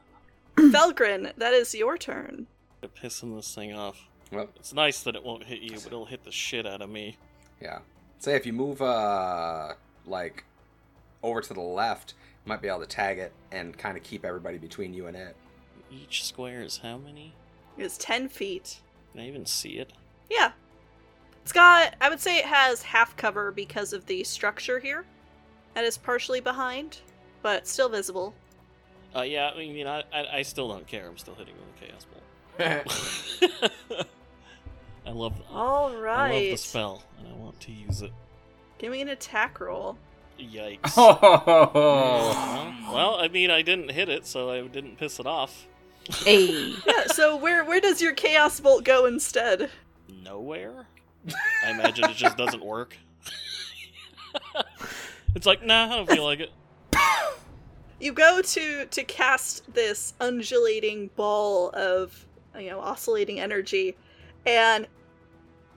[SPEAKER 3] Felgrin, that is your turn.
[SPEAKER 2] They're pissing this thing off.
[SPEAKER 1] Well,
[SPEAKER 2] It's nice that it won't hit you, but it'll hit the shit out of me.
[SPEAKER 1] yeah. Say if you move, uh, like, over to the left, you might be able to tag it and kind of keep everybody between you and it.
[SPEAKER 2] Each square is how many?
[SPEAKER 3] It's 10 feet.
[SPEAKER 2] Can I even see it?
[SPEAKER 3] Yeah. It's got, I would say it has half cover because of the structure here. That is partially behind, but still visible.
[SPEAKER 2] Uh, yeah, I mean, I, I, I still don't care. I'm still hitting with a chaos
[SPEAKER 1] [LAUGHS]
[SPEAKER 2] bolt. [LAUGHS] I love.
[SPEAKER 3] All
[SPEAKER 2] I love the
[SPEAKER 3] right.
[SPEAKER 2] spell, and I want to use it.
[SPEAKER 3] Give me an attack roll.
[SPEAKER 2] Yikes.
[SPEAKER 5] oh.
[SPEAKER 2] Well, I mean, I didn't hit it, so I didn't piss it off.
[SPEAKER 4] Hey.
[SPEAKER 3] Yeah, so [LAUGHS] where where does your chaos bolt go instead?
[SPEAKER 2] Nowhere. I imagine it just doesn't work. [LAUGHS] it's like, nah, I don't feel like it.
[SPEAKER 3] You go to to cast this undulating ball of you know oscillating energy, and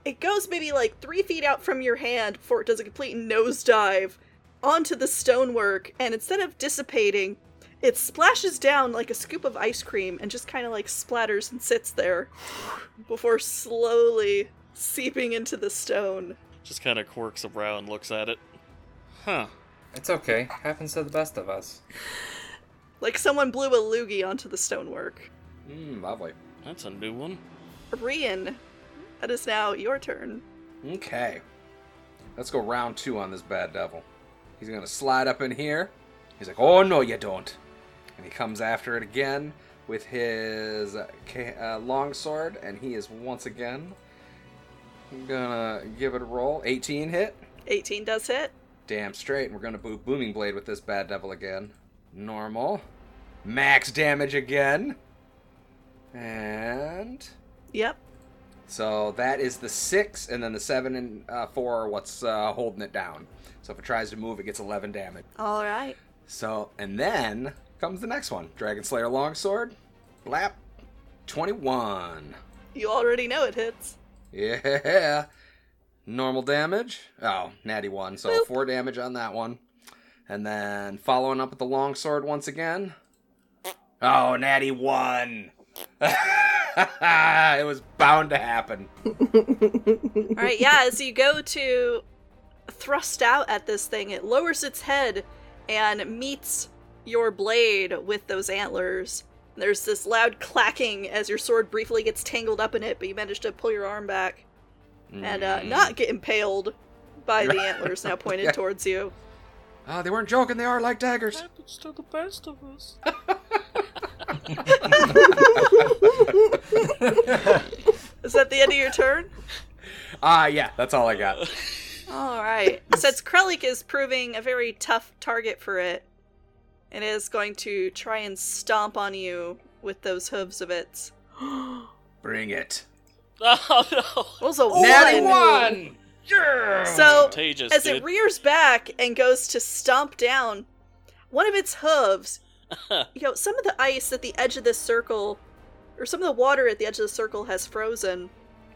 [SPEAKER 3] it goes maybe like three feet out from your hand before it does a complete nosedive onto the stonework, and instead of dissipating, it splashes down like a scoop of ice cream and just kind of like splatters and sits there before slowly seeping into the stone.
[SPEAKER 2] Just kind of quirks a brow and looks at it. Huh.
[SPEAKER 5] It's okay. Happens to the best of us.
[SPEAKER 3] Like someone blew a loogie onto the stonework.
[SPEAKER 1] Mm, lovely.
[SPEAKER 2] That's a new one. [LAUGHS]
[SPEAKER 3] Rian, that is now your turn.
[SPEAKER 1] Okay. Let's go round two on this bad devil. He's gonna slide up in here. He's like, oh no, you don't. And he comes after it again with his uh, ca- uh, longsword, and he is once again gonna give it a roll. 18 hit.
[SPEAKER 3] 18 does hit.
[SPEAKER 1] Damn straight, and we're gonna boot Booming Blade with this bad devil again. Normal. Max damage again. And.
[SPEAKER 3] Yep.
[SPEAKER 1] So that is the six, and then the seven and uh, four are what's uh, holding it down. So if it tries to move, it gets 11 damage.
[SPEAKER 3] All right.
[SPEAKER 1] So, and then comes the next one Dragon Slayer Longsword. Blap. 21.
[SPEAKER 3] You already know it hits.
[SPEAKER 1] Yeah. Normal damage. Oh, natty one. So
[SPEAKER 3] Boop.
[SPEAKER 1] four damage on that one. And then following up with the longsword once again. Oh, natty one. [LAUGHS] it was bound to happen.
[SPEAKER 3] All right, yeah, as you go to thrust out at this thing, it lowers its head and meets your blade with those antlers. There's this loud clacking as your sword briefly gets tangled up in it, but you manage to pull your arm back and uh,
[SPEAKER 1] Mm.
[SPEAKER 3] not get impaled by the antlers now
[SPEAKER 1] [LAUGHS]
[SPEAKER 3] pointed
[SPEAKER 1] Yeah.
[SPEAKER 3] towards you.
[SPEAKER 1] Ah, they weren't joking. They are like daggers.
[SPEAKER 2] Happens to the best of us.
[SPEAKER 3] Is that the end of your turn?
[SPEAKER 1] Ah, yeah, that's all I got.
[SPEAKER 3] All
[SPEAKER 2] [LAUGHS]
[SPEAKER 3] right. Since Krelik is proving a very tough target for it, it is going to try and stomp on you with those hooves of its.
[SPEAKER 1] Bring it.
[SPEAKER 2] Oh no!
[SPEAKER 3] Rolls a
[SPEAKER 1] Natty
[SPEAKER 3] one.
[SPEAKER 1] one. Yeah.
[SPEAKER 3] So
[SPEAKER 2] Contagious,
[SPEAKER 3] as
[SPEAKER 2] dude.
[SPEAKER 3] it rears back and goes to stomp down, one of its hooves, you know, some of the ice at the edge of this circle, or some of the water at the edge of the circle has frozen.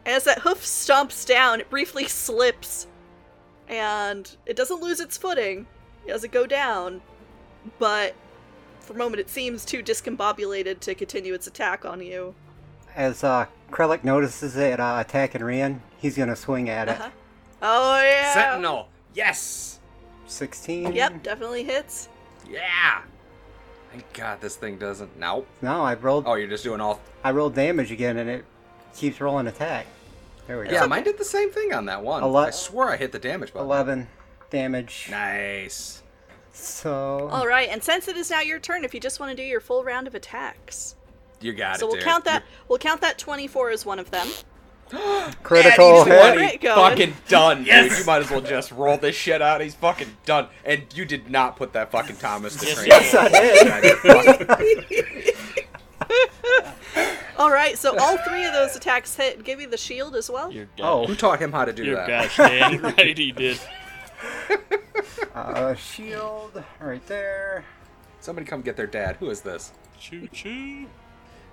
[SPEAKER 3] As that hoof stomps down, it briefly [LAUGHS] slips, and it doesn't lose its footing as it go down, but for a moment it seems too discombobulated to continue its attack on you.
[SPEAKER 6] As uh, Krelik notices it uh, attacking Rian, he's gonna swing at it.
[SPEAKER 3] Uh-huh. Oh yeah.
[SPEAKER 1] Sentinel. Yes.
[SPEAKER 6] 16.
[SPEAKER 3] Yep, definitely hits.
[SPEAKER 1] Yeah. Thank God this thing doesn't. Nope.
[SPEAKER 6] No, I rolled.
[SPEAKER 1] Oh, you're just doing all.
[SPEAKER 6] I rolled damage again, and it keeps rolling attack. There we go.
[SPEAKER 1] Yeah, mine did the same thing on that one.
[SPEAKER 6] A lot-
[SPEAKER 1] I swear I hit the damage button.
[SPEAKER 6] 11 damage.
[SPEAKER 1] Nice.
[SPEAKER 6] So
[SPEAKER 3] All right, and since it is now your turn, if you just want to do your full round of attacks,
[SPEAKER 1] You got it.
[SPEAKER 3] so we'll
[SPEAKER 1] dude.
[SPEAKER 3] count that. We'll count that twenty-four as one of them.
[SPEAKER 6] critical
[SPEAKER 1] Eddie's
[SPEAKER 6] hit.
[SPEAKER 3] one.
[SPEAKER 1] already
[SPEAKER 3] Great going.
[SPEAKER 1] Fucking done,
[SPEAKER 5] Yes.
[SPEAKER 1] dude. You might as well just roll this shit out. He's fucking done. And you did not put that fucking Thomas to
[SPEAKER 2] Yes,
[SPEAKER 1] train.
[SPEAKER 2] yes,
[SPEAKER 6] I did.
[SPEAKER 3] All right, so all three of those attacks hit. Give me the shield as well.
[SPEAKER 2] [LAUGHS] You're dead.
[SPEAKER 6] Oh,
[SPEAKER 1] Who taught him how to do
[SPEAKER 2] You're
[SPEAKER 1] that?
[SPEAKER 2] gosh [LAUGHS] dang right he did.
[SPEAKER 6] uh, shield right there.
[SPEAKER 1] Somebody come get their dad. Who is this?
[SPEAKER 2] Choo choo.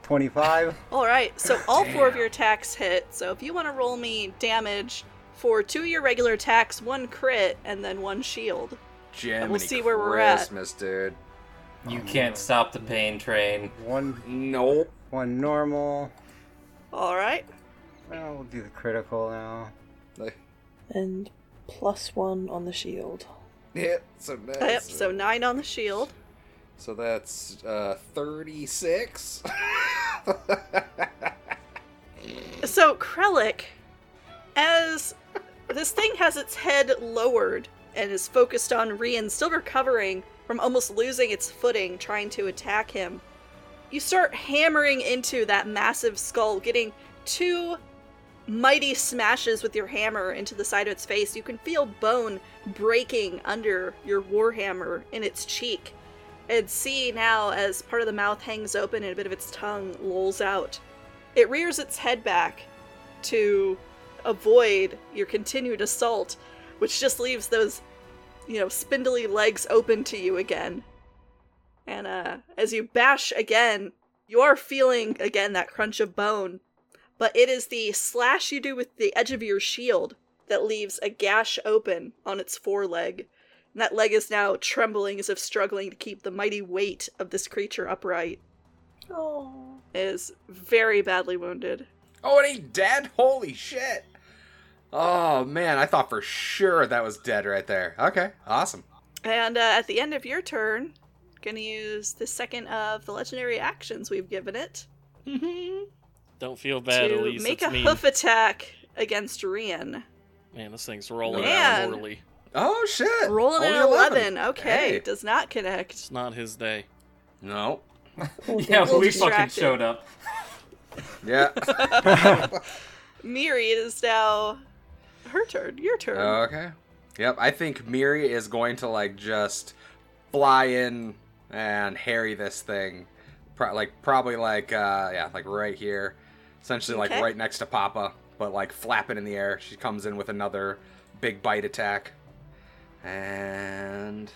[SPEAKER 6] 25.
[SPEAKER 3] All right, so all four of your attacks hit. So if you want to roll me damage for two of your regular attacks, one crit, and then one shield.
[SPEAKER 1] Jim.
[SPEAKER 3] see where we're at.
[SPEAKER 1] Christmas, dude.
[SPEAKER 5] You can't stop the pain train.
[SPEAKER 6] One,
[SPEAKER 1] No.
[SPEAKER 6] one normal.
[SPEAKER 3] All right,
[SPEAKER 6] Well, we'll do the critical now.
[SPEAKER 4] [LAUGHS] and plus one on the shield.
[SPEAKER 1] Yep. So that's,
[SPEAKER 3] yep. So nine on the shield.
[SPEAKER 1] so that's uh, [LAUGHS] 36.
[SPEAKER 3] So, Krelik, as this thing has its head lowered and is focused on Rian, still recovering from almost losing its footing trying to attack him, you start hammering into that massive skull, getting two mighty smashes with your hammer into the side of its face. You can feel bone breaking under your warhammer in its cheek. And see now as part of the mouth hangs open and a bit of its tongue lolls out. It rears its head back to avoid your continued assault, which just leaves those, you know, spindly legs open to you again. And uh, as you bash again, you are feeling again that crunch of bone, but it is the slash you do with the edge of your shield that leaves a gash open on its foreleg. And that leg is now trembling as if struggling to keep the mighty weight of this creature upright.
[SPEAKER 4] Oh.
[SPEAKER 3] Is very badly wounded.
[SPEAKER 1] oh, it ain't dead? Holy shit. Oh, man. I thought for sure that was dead right there. Okay. Awesome.
[SPEAKER 3] And uh, at the end of your turn, gonna use the second of the legendary actions we've given it
[SPEAKER 2] Don't feel bad,
[SPEAKER 3] to
[SPEAKER 2] Elise.
[SPEAKER 3] make
[SPEAKER 2] it's
[SPEAKER 3] a
[SPEAKER 2] mean.
[SPEAKER 3] hoof attack against Rian.
[SPEAKER 2] Man, this thing's rolling
[SPEAKER 3] Man.
[SPEAKER 2] out poorly.
[SPEAKER 1] Oh, shit.
[SPEAKER 3] Rolling an
[SPEAKER 1] Only
[SPEAKER 3] eleven. Okay,
[SPEAKER 1] Hey.
[SPEAKER 3] does not connect.
[SPEAKER 2] It's not his day.
[SPEAKER 1] No.
[SPEAKER 4] Poor
[SPEAKER 5] Yeah,
[SPEAKER 4] thing.
[SPEAKER 5] we fucking
[SPEAKER 3] distracted.
[SPEAKER 5] showed up.
[SPEAKER 1] Yeah. [LAUGHS]
[SPEAKER 3] Miri it is now her turn. Your turn.
[SPEAKER 5] Uh,
[SPEAKER 1] Okay. Yep, I think Miri is going to like just fly in and harry this thing. Pro- like probably like uh yeah, like right here. Essentially like
[SPEAKER 3] Okay.
[SPEAKER 1] right next to Papa, but like flapping in the air. She comes in with another big bite attack. And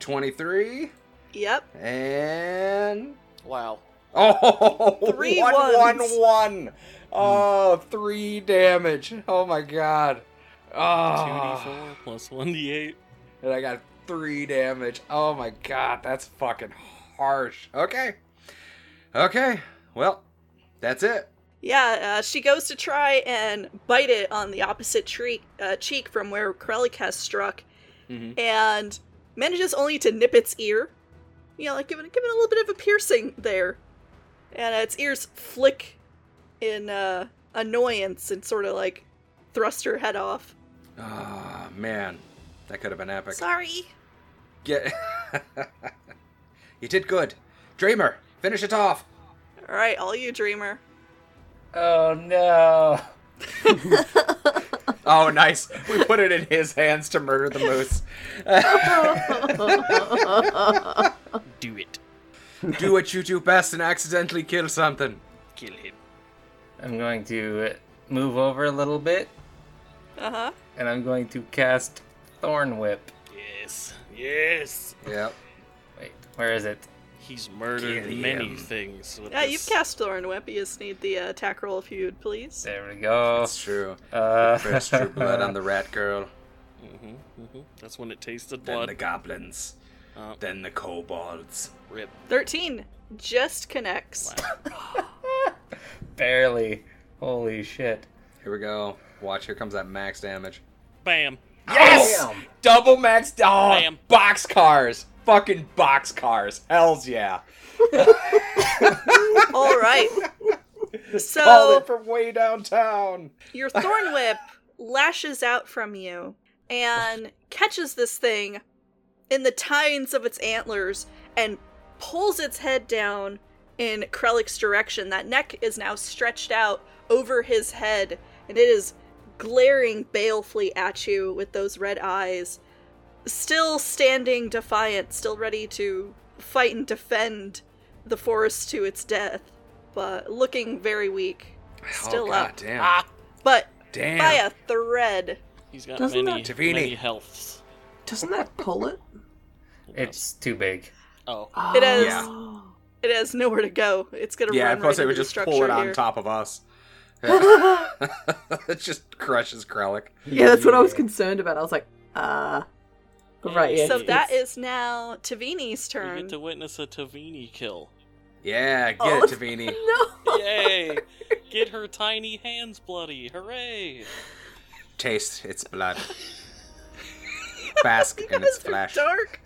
[SPEAKER 1] 23
[SPEAKER 3] Yep.
[SPEAKER 1] and [LAUGHS]
[SPEAKER 2] Wow.
[SPEAKER 1] Oh,
[SPEAKER 3] Three
[SPEAKER 1] one,
[SPEAKER 3] ones.
[SPEAKER 1] one, one. Oh, three damage. Oh my god. Oh.
[SPEAKER 2] 2d4 plus 1d8.
[SPEAKER 1] and I got three damage. Oh my god, that's fucking harsh. Okay. Okay. Well, that's it.
[SPEAKER 3] Yeah, uh, she goes to try and bite it on the opposite tree, uh, cheek from where Krellik has struck,
[SPEAKER 1] Mm-hmm.
[SPEAKER 3] and manages only to nip its ear. You know, like giving giving it a little bit of a piercing there, and uh, its ears flick in uh, annoyance and sort of like thrust her head off.
[SPEAKER 1] Ah, man. That could have been epic.
[SPEAKER 3] Sorry.
[SPEAKER 1] Get... [LAUGHS] you did good. Dreamer, finish it off.
[SPEAKER 3] All right, all you dreamer.
[SPEAKER 5] Oh no.
[SPEAKER 1] Oh, nice. We put it in his hands to murder the moose.
[SPEAKER 2] Do it.
[SPEAKER 1] do what you do best and accidentally kill something.
[SPEAKER 2] Kill him.
[SPEAKER 5] I'm going to move over a little bit
[SPEAKER 3] Uh huh.
[SPEAKER 5] and I'm going to cast Thorn Whip.
[SPEAKER 2] Yes. Yes.
[SPEAKER 1] Yep.
[SPEAKER 5] Wait, where is it?
[SPEAKER 2] He's murdered
[SPEAKER 1] Kill
[SPEAKER 2] many
[SPEAKER 1] him.
[SPEAKER 2] things. With
[SPEAKER 3] Yeah,
[SPEAKER 2] this.
[SPEAKER 3] you've cast Thorn Whip. You just need the uh, attack roll if you would please.
[SPEAKER 5] There we go.
[SPEAKER 1] That's true.
[SPEAKER 5] Uh,
[SPEAKER 1] First drew blood on the rat girl,
[SPEAKER 2] hmm hmm That's when it tasted
[SPEAKER 1] then
[SPEAKER 2] blood.
[SPEAKER 1] the goblins,
[SPEAKER 2] Uh,
[SPEAKER 1] then the kobolds.
[SPEAKER 2] rip.
[SPEAKER 3] 13 just connects.
[SPEAKER 5] barely. Holy shit.
[SPEAKER 1] Here we go. Watch, here comes that max damage.
[SPEAKER 2] [COUGHS] Bam.
[SPEAKER 1] Yes!
[SPEAKER 5] Oh,
[SPEAKER 6] Damn.
[SPEAKER 1] Double max. Oh,
[SPEAKER 2] Bam.
[SPEAKER 1] box cars. Fucking box cars. Hells yeah.
[SPEAKER 3] All right.
[SPEAKER 1] Called
[SPEAKER 3] So
[SPEAKER 1] it from way downtown.
[SPEAKER 3] your thorn whip lashes out from you and catches this thing in the tines of its antlers and pulls its head down in Krellik's direction. That neck is now stretched out over his head and it is glaring balefully at you with those red eyes. Still standing defiant, still ready to fight and defend the forest to its death, but looking very weak. Still
[SPEAKER 1] oh,
[SPEAKER 3] up.
[SPEAKER 1] God damn.
[SPEAKER 3] But
[SPEAKER 1] damn.
[SPEAKER 3] by a thread.
[SPEAKER 2] He's got
[SPEAKER 4] Doesn't
[SPEAKER 2] many,
[SPEAKER 1] that- Tavini.
[SPEAKER 2] many healths.
[SPEAKER 4] Doesn't that pull it?
[SPEAKER 5] It's too big.
[SPEAKER 2] Oh.
[SPEAKER 3] It is.
[SPEAKER 4] Oh.
[SPEAKER 3] It has nowhere to go. It's gonna
[SPEAKER 1] yeah,
[SPEAKER 3] run
[SPEAKER 1] plus
[SPEAKER 3] right
[SPEAKER 1] it would
[SPEAKER 3] into the
[SPEAKER 1] just pull
[SPEAKER 3] structure
[SPEAKER 1] it on
[SPEAKER 3] here.
[SPEAKER 1] top of
[SPEAKER 3] [LAUGHS]
[SPEAKER 1] us. [LAUGHS] it just crushes Krellick.
[SPEAKER 4] Yeah, that's what I was concerned about. I was like, uh, right. Yeah,
[SPEAKER 3] So
[SPEAKER 4] it's-
[SPEAKER 3] that is now Tavini's
[SPEAKER 2] You
[SPEAKER 3] turn.
[SPEAKER 2] get to witness a Tavini [LAUGHS] kill.
[SPEAKER 1] Yeah, get
[SPEAKER 4] Oh.
[SPEAKER 1] it,
[SPEAKER 3] [LAUGHS]
[SPEAKER 1] Tavini.
[SPEAKER 4] [LAUGHS] no.
[SPEAKER 2] Yay! Get her tiny hands bloody. Hooray!
[SPEAKER 1] Taste its
[SPEAKER 3] [LAUGHS]
[SPEAKER 1] blood. Bask in its flesh.
[SPEAKER 3] Dark.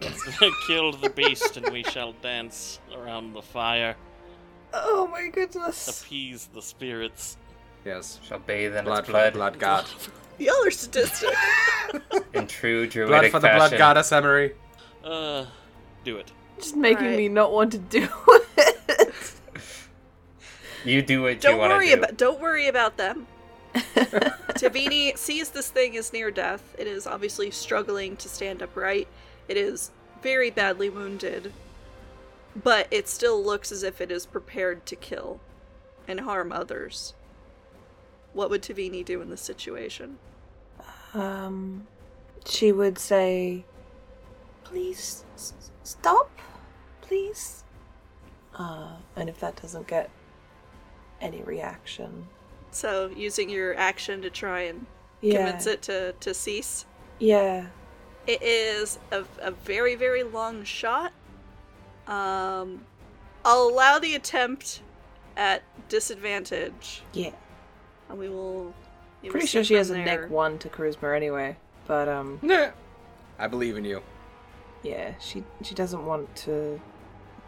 [SPEAKER 2] [LAUGHS] Kill the beast and we shall dance around the fire.
[SPEAKER 4] Oh my goodness.
[SPEAKER 2] Appease the spirits.
[SPEAKER 1] Yes.
[SPEAKER 5] Shall bathe in
[SPEAKER 1] Blood
[SPEAKER 5] its
[SPEAKER 1] for the
[SPEAKER 5] blood,
[SPEAKER 1] blood god.
[SPEAKER 3] Y'all
[SPEAKER 1] [LAUGHS]
[SPEAKER 3] are sadistic.
[SPEAKER 5] in true
[SPEAKER 1] Blood
[SPEAKER 5] druidic
[SPEAKER 1] for the
[SPEAKER 5] fashion.
[SPEAKER 1] blood goddess, Emery.
[SPEAKER 2] Uh, do it.
[SPEAKER 4] Just making
[SPEAKER 3] Right.
[SPEAKER 4] me not want to do it.
[SPEAKER 3] [LAUGHS]
[SPEAKER 5] You do what
[SPEAKER 3] don't
[SPEAKER 5] you want to
[SPEAKER 3] worry
[SPEAKER 5] do.
[SPEAKER 3] about. Don't worry
[SPEAKER 1] [LAUGHS]
[SPEAKER 3] about them. Tavini sees this thing is near death. It is obviously struggling to stand upright. It is very badly wounded, but it still looks as if it is prepared to kill and harm others. What would Tavini do in this situation?
[SPEAKER 4] Um, she would say, "Please s- s- stop, please." Uh, and if that doesn't get any reaction,
[SPEAKER 3] So, using your action to try and
[SPEAKER 4] yeah,
[SPEAKER 3] convince it to, to cease.
[SPEAKER 4] yeah,
[SPEAKER 3] It is a, a very, very long shot. Um, I'll allow the attempt at disadvantage,
[SPEAKER 4] yeah.
[SPEAKER 3] and we will. we will
[SPEAKER 4] Pretty
[SPEAKER 3] see
[SPEAKER 4] sure she has
[SPEAKER 3] from
[SPEAKER 4] a
[SPEAKER 3] there.
[SPEAKER 4] neg one to charisma anyway, but um,
[SPEAKER 1] Nah. I believe in you.
[SPEAKER 4] yeah, she she doesn't want to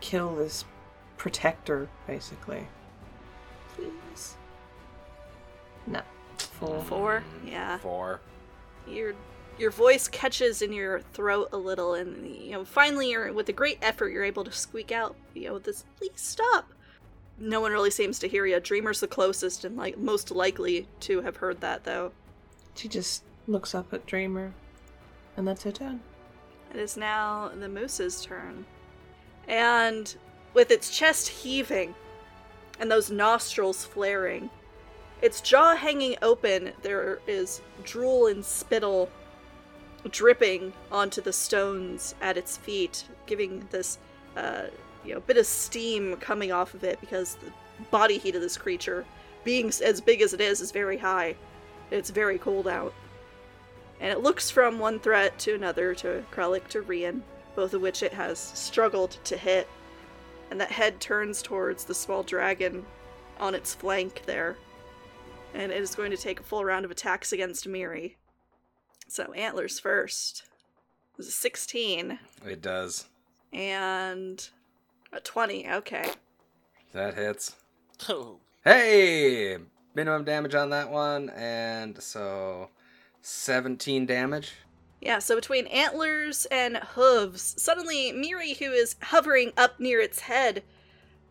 [SPEAKER 4] kill this protector, basically. Please, no. Four.
[SPEAKER 3] Four. Yeah.
[SPEAKER 1] Four.
[SPEAKER 3] Your your voice catches in your throat a little, and you know finally, you're, with a great effort, you're able to squeak out, you know, this "please stop." No one really seems to hear you. Dreamer's the closest and like most likely to have heard that, though.
[SPEAKER 4] She just looks up at Dreamer, and that's her turn.
[SPEAKER 3] It is now the moose's turn. And with its chest heaving and those nostrils flaring, its jaw hanging open, there is drool and spittle dripping onto the stones at its feet, giving this uh, you know bit of steam coming off of it because the body heat of this creature, being s- as big as it is, is very high. It's very cold out and it looks from one threat to another to Kralik to Rian, both of which it has struggled to hit. And that head turns towards the small dragon on its flank there. And it is going to take a full round of attacks against Miri. So antlers first. This is 16
[SPEAKER 1] It does.
[SPEAKER 3] and a 20. Okay.
[SPEAKER 1] That hits.
[SPEAKER 2] Oh,
[SPEAKER 1] Hey! Minimum damage on that one, and so 17 damage.
[SPEAKER 3] Yeah, so between antlers and hooves, suddenly Miri, who is hovering up near its head,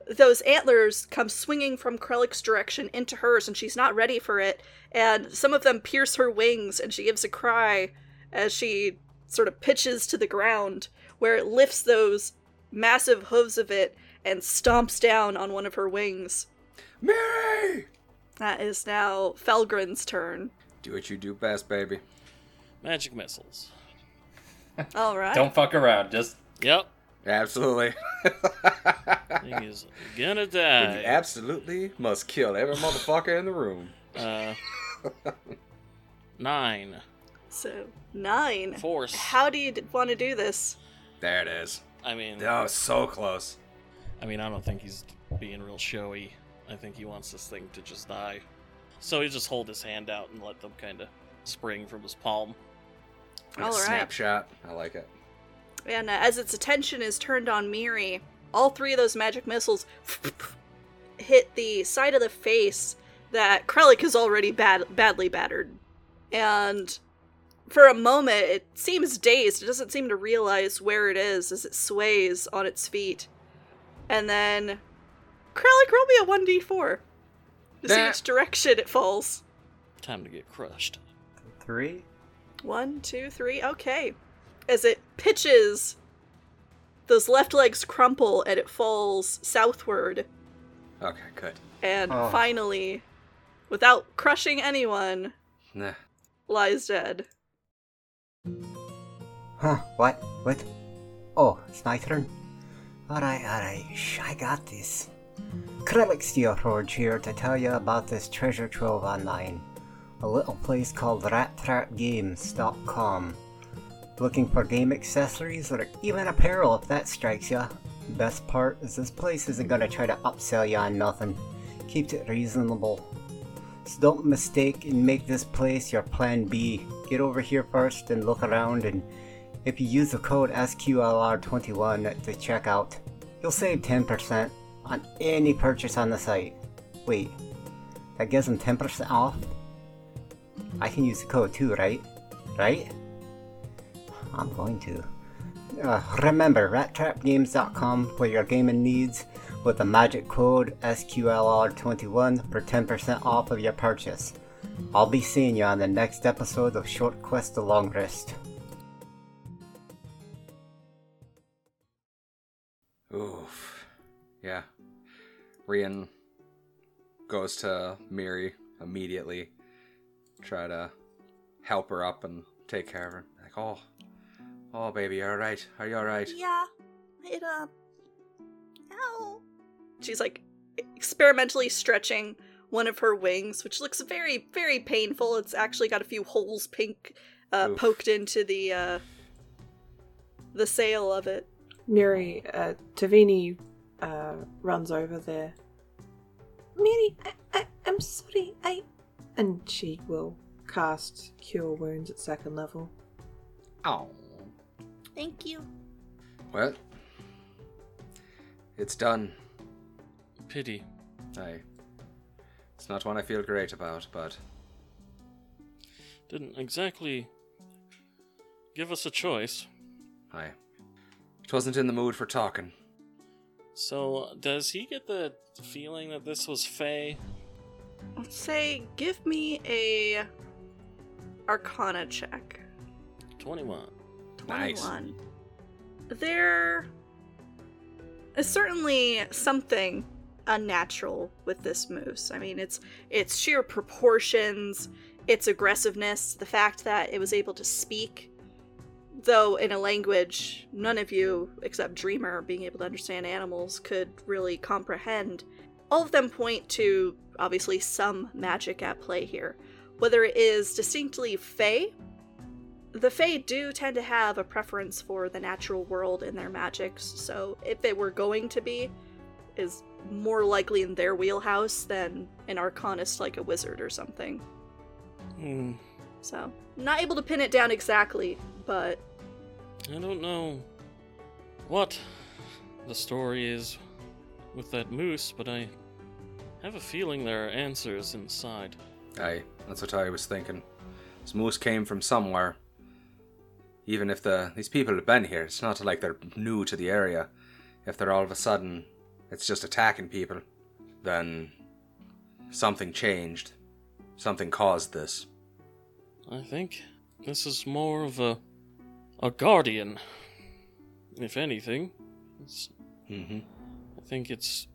[SPEAKER 3] those antlers come swinging from Krellik's direction into hers, and she's not ready for it. And some of them pierce her wings, and she gives a cry as she sort of pitches to the ground, where it lifts those massive hooves of it and stomps down on one of her wings.
[SPEAKER 1] Mary!
[SPEAKER 3] That is now Felgren's turn.
[SPEAKER 1] Do what you do best, baby.
[SPEAKER 2] [LAUGHS] magic missiles.
[SPEAKER 3] All right.
[SPEAKER 5] Don't fuck around. Just
[SPEAKER 2] Yep,
[SPEAKER 1] Absolutely. [LAUGHS]
[SPEAKER 2] he is gonna
[SPEAKER 1] you
[SPEAKER 2] die.
[SPEAKER 1] absolutely must kill every motherfucker in the room.
[SPEAKER 2] Uh, nine
[SPEAKER 3] So, nine.
[SPEAKER 2] force.
[SPEAKER 3] How do you d- want to do this?
[SPEAKER 1] There it is.
[SPEAKER 2] I mean,
[SPEAKER 1] Oh, so close.
[SPEAKER 2] I mean, I don't think he's being real showy. I think he wants this thing to just die. So he just hold his hand out and let them kind of spring from his palm.
[SPEAKER 1] Like a
[SPEAKER 3] All right.
[SPEAKER 1] Snapshot. I like it.
[SPEAKER 3] And uh, as its attention is turned on Miri, all three of those magic missiles [LAUGHS] hit the side of the face that Krellik is already bad- badly battered. And for a moment, it seems dazed. It doesn't seem to realize where it is as it sways on its feet. And then, Krellik, roll me a 1d4 to see
[SPEAKER 1] Nah.
[SPEAKER 3] which direction it falls.
[SPEAKER 2] Time to get crushed.
[SPEAKER 6] Three.
[SPEAKER 3] One, two, three. Okay. As it pitches, those left legs crumple and it falls southward.
[SPEAKER 1] Okay, good.
[SPEAKER 3] And
[SPEAKER 6] Oh.
[SPEAKER 3] finally, without crushing anyone,
[SPEAKER 1] Nah.
[SPEAKER 3] lies dead.
[SPEAKER 6] Huh? What? What? Oh, it's my turn. Alright, alright, shh, I got this. Krelix the Horge here to tell you about this treasure trove online. A little place called RatTrapGames.com. Looking for game accessories or even apparel if that strikes ya. Best part is this place isn't gonna try to upsell ya on nothing. Keeps it reasonable. So don't mistake and make this place your plan B. Get over here first and look around and if you use the code SQLR21 at the checkout, you'll save 10% on any purchase on the site. Wait, that gives them 10% off? I can use the code too, right? Right? I'm going to. Uh, remember, rattrapgames.com for your gaming needs with the magic code SQLR21 for 10% off of your purchase. I'll be seeing you on the next episode of Short Quest to Long Rest.
[SPEAKER 1] Oof. Yeah. Rian goes to Miri immediately, try to help her up and take care of her. Like, oh, oh, baby, you're all right. Are you all right?
[SPEAKER 3] Yeah. It, uh. Ow. She's like experimentally stretching one of her wings, which looks very, very painful. It's actually got a few holes pink uh,
[SPEAKER 1] Oof.
[SPEAKER 3] poked into the, uh. the sail of it.
[SPEAKER 4] Miri, uh, Tavini uh, runs over there. Miri, I, I, I'm sorry, I. And she will cast Cure Wounds at second level.
[SPEAKER 1] Oh.
[SPEAKER 3] Thank you.
[SPEAKER 1] Well, it's done.
[SPEAKER 2] Pity.
[SPEAKER 1] I. It's not one I feel great about, but
[SPEAKER 2] Didn't exactly give us a choice.
[SPEAKER 1] I. Twasn't in the mood for talking.
[SPEAKER 2] So, does he get the feeling that this was Faye?
[SPEAKER 3] Let's say, give me a Arcana check.
[SPEAKER 2] 21.
[SPEAKER 1] Nice.
[SPEAKER 3] 21. There is certainly something unnatural with this moose. I mean, it's its sheer proportions, its aggressiveness, the fact that it was able to speak, though in a language none of you, except Dreamer, being able to understand animals, could really comprehend. All of them point to obviously some magic at play here. Whether it is distinctly fey the Fae do tend to have a preference for the natural world in their magics, so if it were going to be is more likely in their wheelhouse than an arcanist like a wizard or something.
[SPEAKER 2] Hmm.
[SPEAKER 3] So, not able to pin it down exactly, but
[SPEAKER 2] I don't know what the story is with that moose, but I have a feeling there are answers inside.
[SPEAKER 1] Aye, that's what I was thinking. This moose came from somewhere. Even if the these people have been here, it's not like they're new to the area. If they're all of a sudden, it's just attacking people, then something changed. Something caused this.
[SPEAKER 2] I think this is more of a a guardian, if anything. It's,
[SPEAKER 1] Mm-hmm.
[SPEAKER 2] I think it's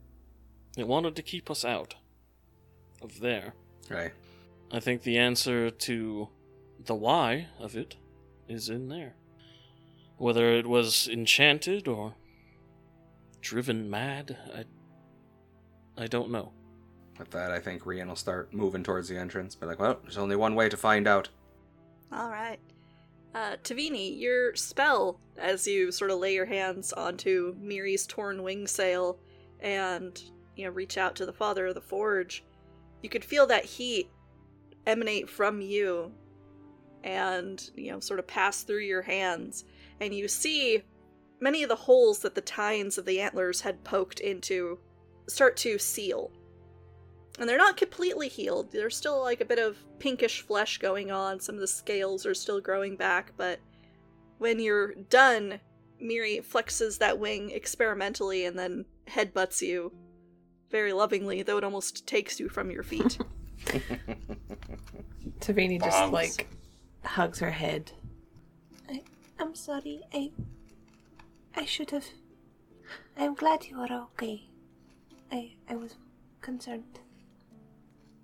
[SPEAKER 2] it wanted to keep us out of there.
[SPEAKER 1] Right.
[SPEAKER 2] I think the answer to the why of it is in there. Whether it was enchanted or driven mad, I I don't know.
[SPEAKER 1] With that, I think Rian will start moving towards the entrance. Be like, well, there's only one way to find out.
[SPEAKER 3] all right. Uh, Tavini, your spell, as you sort of lay your hands onto Miri's torn wing sail and, you know, reach out to the father of the forge, you could feel that heat emanate from you and, you know, sort of pass through your hands. And you see many of the holes that the tines of the antlers had poked into start to seal. and they're not completely healed. There's still like a bit of pinkish flesh going on. Some of the scales are still growing back, but when you're done, Miri flexes that wing experimentally and then headbutts you very lovingly, though it almost takes you from your feet.
[SPEAKER 4] Tavini just
[SPEAKER 5] Bongs.
[SPEAKER 4] like hugs her head. I, I'm sorry. I I should have. I'm glad you are okay. I I was concerned.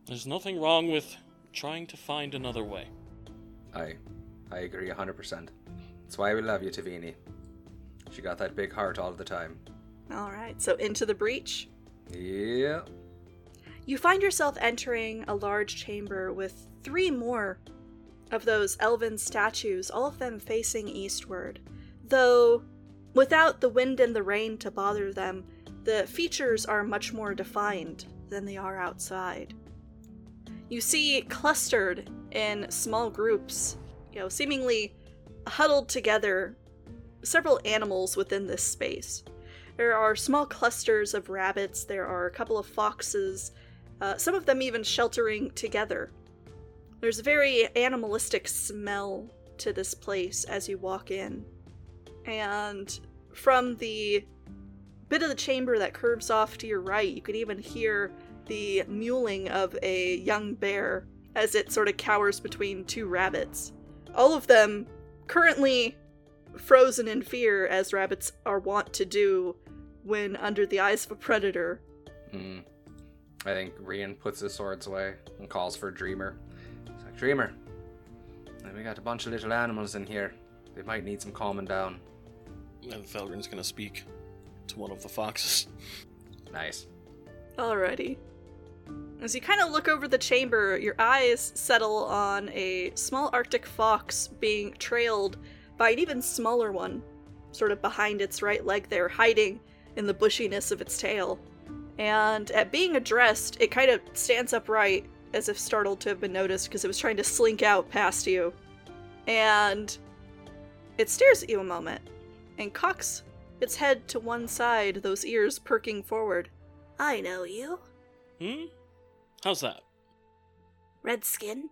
[SPEAKER 2] There's nothing wrong with trying to find another way.
[SPEAKER 1] I, I agree 100%. That's why we love you, Tavini. She got that big heart all the time.
[SPEAKER 3] All right, so into the breach.
[SPEAKER 1] Yeah.
[SPEAKER 3] You find yourself entering a large chamber with three more of those elven statues, all of them facing eastward. Though, without the wind and the rain to bother them, the features are much more defined than they are outside. You see clustered in small groups, you know, seemingly huddled together, several animals within this space. There are small clusters of rabbits, there are a couple of foxes, uh, some of them even sheltering together. There's a very animalistic smell to this place as you walk in. And from the bit of the chamber that curves off to your right, you can even hear the mewling of a young bear as it sort of cowers between two rabbits. All of them currently frozen in fear, as rabbits are wont to do when under the eyes of a predator.
[SPEAKER 1] Mm. I think Rian puts his swords away and calls for Dreamer. It's like, Dreamer, we got a bunch of little animals in here. They might need some calming down.
[SPEAKER 2] And Felgren's gonna speak to one of the foxes. [LAUGHS]
[SPEAKER 1] Nice.
[SPEAKER 3] Alrighty. As you kind of look over the chamber, your eyes settle on a small Arctic fox being trailed by an even smaller one, sort of behind its right leg there, hiding in the bushiness of its tail. And at being addressed, it kind of stands upright as if startled to have been noticed because it was trying to slink out past you. And it stares at you a moment and cocks its head to one side, those ears perking forward. I know you.
[SPEAKER 2] Hmm? How's that?
[SPEAKER 3] Red skin,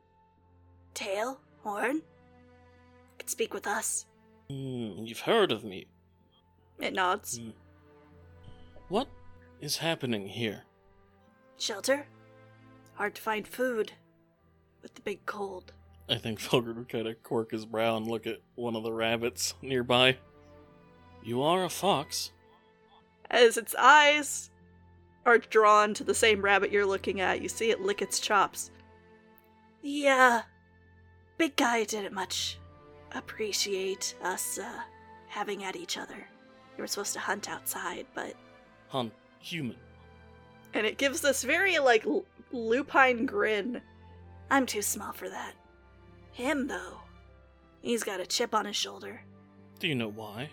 [SPEAKER 3] tail, horn. Could speak with us.
[SPEAKER 2] Hmm, you've heard of me.
[SPEAKER 3] It nods.
[SPEAKER 2] Hmm. What is happening here?
[SPEAKER 3] Shelter. Hard to find food. With the big cold.
[SPEAKER 2] I think [LAUGHS] Felgren would kind of quirk his brow and look at one of the rabbits nearby. You are a fox.
[SPEAKER 3] As its eyes are drawn to the same rabbit you're looking at, you see it lick its chops. Yeah. uh, Big guy didn't much appreciate us uh, having at each other. You were supposed to hunt outside, but
[SPEAKER 2] Hunt human.
[SPEAKER 3] and it gives this very like l- lupine grin. I'm too small for that. Him though, he's got a chip on his shoulder.
[SPEAKER 2] Do you know why?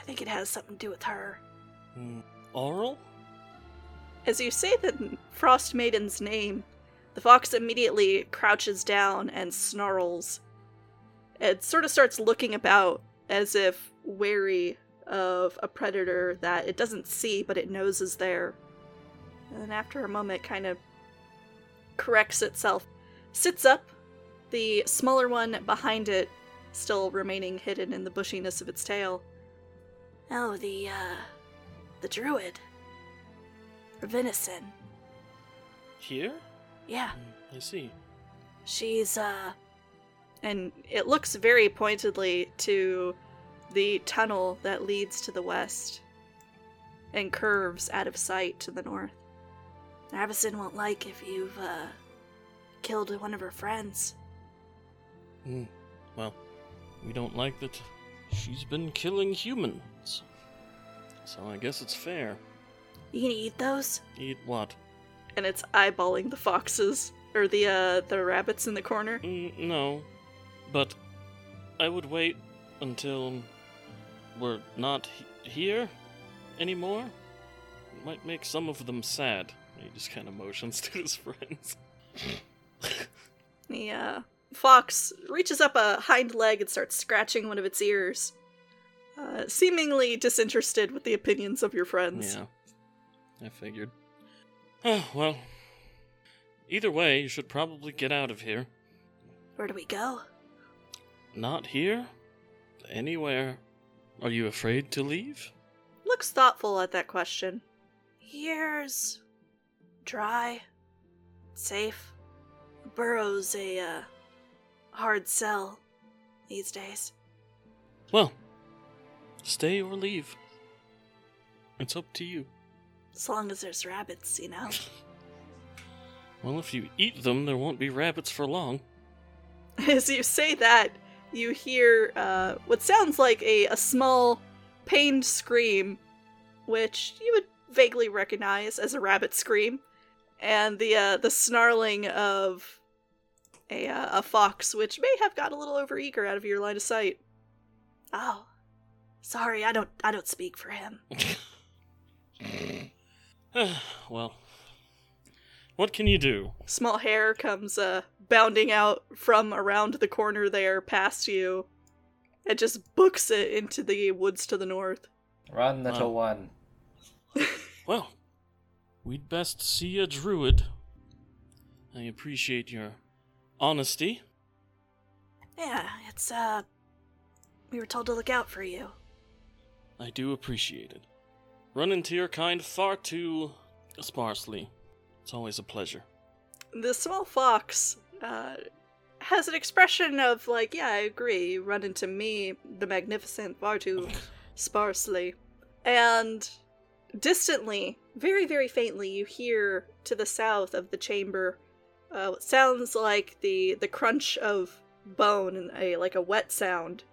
[SPEAKER 3] I think it has something to do with her.
[SPEAKER 2] Hmm. Oral?
[SPEAKER 3] As you say the Frost Maiden's name, the fox immediately crouches down and snarls. It sort of starts looking about as if wary of a predator that it doesn't see but it knows is there. And then after a moment, kind of corrects itself, sits up, the smaller one behind it still remaining hidden in the bushiness of its tail. Oh, the, uh, the druid. Revenison.
[SPEAKER 2] Here? Hmm,
[SPEAKER 3] Yeah,
[SPEAKER 2] I see.
[SPEAKER 3] she's, uh. And it looks very pointedly to the tunnel that leads to the west and curves out of sight to the north. Ravison won't like if you've, uh, killed one of her friends.
[SPEAKER 2] Hmm. Well, we don't like that she's been killing humans. So I guess it's fair.
[SPEAKER 3] You gonna eat those?
[SPEAKER 2] Eat what?
[SPEAKER 3] And it's eyeballing the foxes, or the, uh, the rabbits in the corner.
[SPEAKER 2] Mm, no. But I would wait until we're not he- here anymore. Might make some of them sad. He just kind of motions [LAUGHS] to his friends.
[SPEAKER 3] The uh, fox reaches up a hind leg and starts scratching one of its ears, uh, seemingly disinterested with the opinions of your friends.
[SPEAKER 2] yeah. I figured. Oh, well. Either way, you should probably get out of here.
[SPEAKER 3] Where do we go?
[SPEAKER 2] Not here? Anywhere. Are you afraid to leave?
[SPEAKER 3] Looks thoughtful at that question. Here's dry, safe. Burrow's a uh, hard sell these days.
[SPEAKER 2] Well, stay or leave. It's up to you.
[SPEAKER 3] As long as there's rabbits, you know.
[SPEAKER 2] Well, if you eat them, there won't be rabbits for long.
[SPEAKER 3] [LAUGHS]
[SPEAKER 2] [SIGHS]
[SPEAKER 3] As you say that, you hear uh, what sounds like a, a small, pained scream, which you would vaguely recognize as a rabbit scream, and the uh, the snarling of a uh, a fox, which may have got a little overeager out of your line of sight. Oh, sorry, I don't I don't speak for him.
[SPEAKER 2] well, what can you do?
[SPEAKER 3] Small hair comes uh, bounding out from around the corner there, past you, and just books it into the woods to the north.
[SPEAKER 5] Run, little
[SPEAKER 2] Wow.
[SPEAKER 5] one.
[SPEAKER 2] Well, we'd best see a druid. I appreciate your honesty.
[SPEAKER 3] Yeah, it's uh we were told to look out for you.
[SPEAKER 2] I do appreciate it. Run into your kind far too sparsely. It's always a pleasure.
[SPEAKER 3] The small fox uh has an expression of like, yeah, I agree, you run into me, the magnificent, far too sparsely. And distantly, very, very faintly, you hear to the south of the chamber uh, what sounds like the the crunch of bone and a like a wet sound.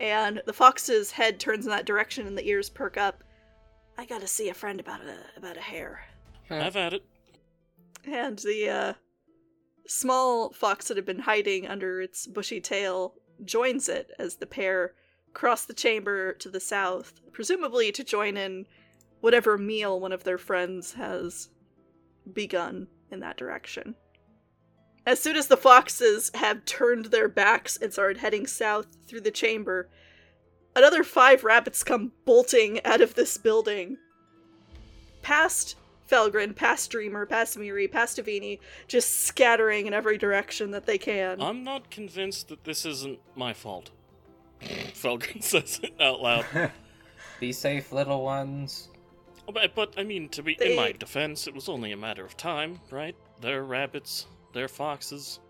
[SPEAKER 3] And the fox's head turns in that direction, and the ears perk up. I gotta see a friend about a about a hair.
[SPEAKER 2] Have at it.
[SPEAKER 3] And the uh, small fox that had been hiding under its bushy tail joins it as the pair cross the chamber to the south, presumably to join in whatever meal one of their friends has begun in that direction. As soon as the foxes have turned their backs and started heading south through the chamber, another five rabbits come bolting out of this building. Past Felgrin, past Dreamer, past Miri, past Avini, just scattering in every direction that they can.
[SPEAKER 2] I'm not convinced that this isn't my fault. [LAUGHS] Felgren says it out loud.
[SPEAKER 5] Be safe, little ones.
[SPEAKER 2] But, but I mean, to be
[SPEAKER 3] They-
[SPEAKER 2] in my defense, it was only a matter of time, right? They're rabbits, they're foxes.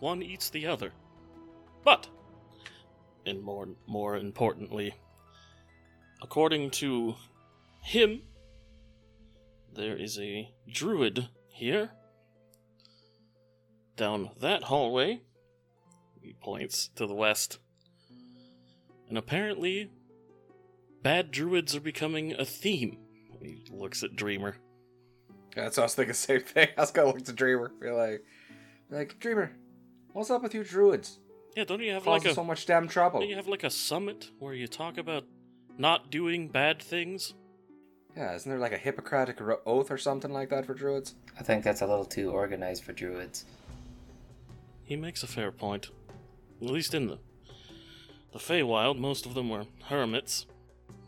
[SPEAKER 2] One eats the other. But, and more more importantly, according to him, there is a druid here. Down that hallway, he points to the west, and apparently Bad druids are becoming a theme. He looks at Dreamer.
[SPEAKER 1] That's what I was thinking. [LAUGHS] Same thing. I was gonna look to Dreamer. Be like, be like Dreamer, what's up with you druids?
[SPEAKER 2] Yeah, don't you have like
[SPEAKER 1] Causing
[SPEAKER 2] a
[SPEAKER 1] so much damn trouble.
[SPEAKER 2] don't you have like a summit where you talk about not doing bad things?
[SPEAKER 1] Yeah, isn't there like a Hippocratic ro- oath or something like that for druids?
[SPEAKER 5] I think that's a little too organized for druids.
[SPEAKER 2] He makes a fair point. At least in the the Feywild, most of them were hermits.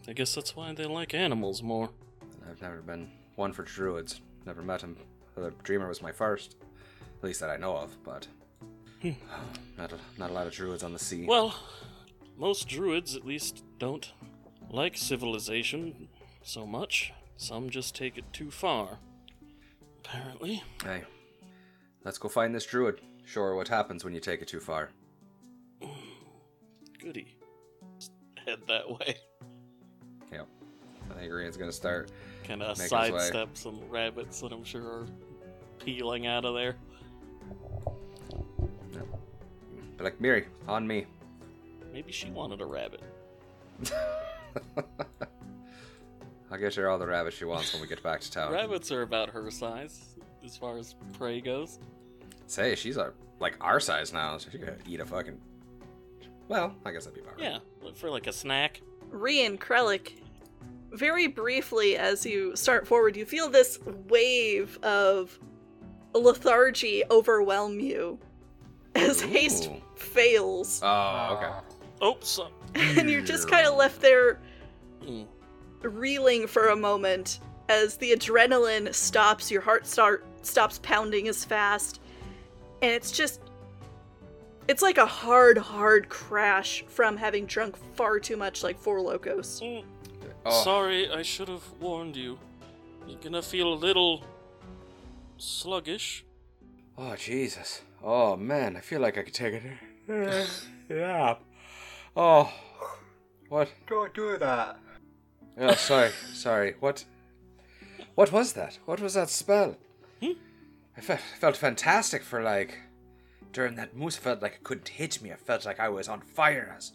[SPEAKER 2] I guess that's why they like animals more.
[SPEAKER 1] I've never been one for druids. Never met him. The dreamer was my first, at least that I know of. But [SIGHS] not a, not a lot of druids on the sea.
[SPEAKER 2] Well, most druids at least don't like civilization so much. Some just take it too far. Apparently.
[SPEAKER 1] Hey, let's go find this druid. Sure, what happens when you take it too far?
[SPEAKER 2] Goody. Head that way.
[SPEAKER 1] Yep. I think Rian's gonna start.
[SPEAKER 2] Kind of
[SPEAKER 1] his way.
[SPEAKER 2] sidestep some rabbits that I'm sure are peeling out of there.
[SPEAKER 1] Be like, Miri, on me. [LAUGHS]
[SPEAKER 2] Maybe she wanted a rabbit.
[SPEAKER 1] I'll get her all the rabbits she wants when we get back to town.
[SPEAKER 2] Rabbits are about her size as far as prey goes.
[SPEAKER 1] Say, she's our, like our size now, so she could eat a fucking. Well, I guess that'd be about right.
[SPEAKER 2] Yeah, like for like a snack.
[SPEAKER 3] Rian Krelik, very briefly as you start forward, you feel this wave of lethargy overwhelm you [LAUGHS] as haste
[SPEAKER 1] Ooh.
[SPEAKER 3] fails.
[SPEAKER 1] Oh, okay.
[SPEAKER 2] Oops. uh,
[SPEAKER 3] [LAUGHS] and you're just kind of left there
[SPEAKER 2] mm.
[SPEAKER 3] reeling for a moment as the adrenaline stops, your heart start stops pounding as fast, and it's just it's like a hard, hard crash from having drunk far too much like four locos.
[SPEAKER 2] Mm.
[SPEAKER 1] Oh,
[SPEAKER 2] Sorry, I should have warned you. You're gonna feel a little sluggish.
[SPEAKER 1] oh, Jesus. Oh man, I feel like I could take it. [LAUGHS] yeah. Oh. What?
[SPEAKER 6] Don't do uh, that.
[SPEAKER 1] Oh, sorry, [LAUGHS] sorry. What? What was that? What was that spell?
[SPEAKER 2] Hmm?
[SPEAKER 1] I felt felt fantastic for like during that moose. Felt like it couldn't hit me. I felt like I was on fire. As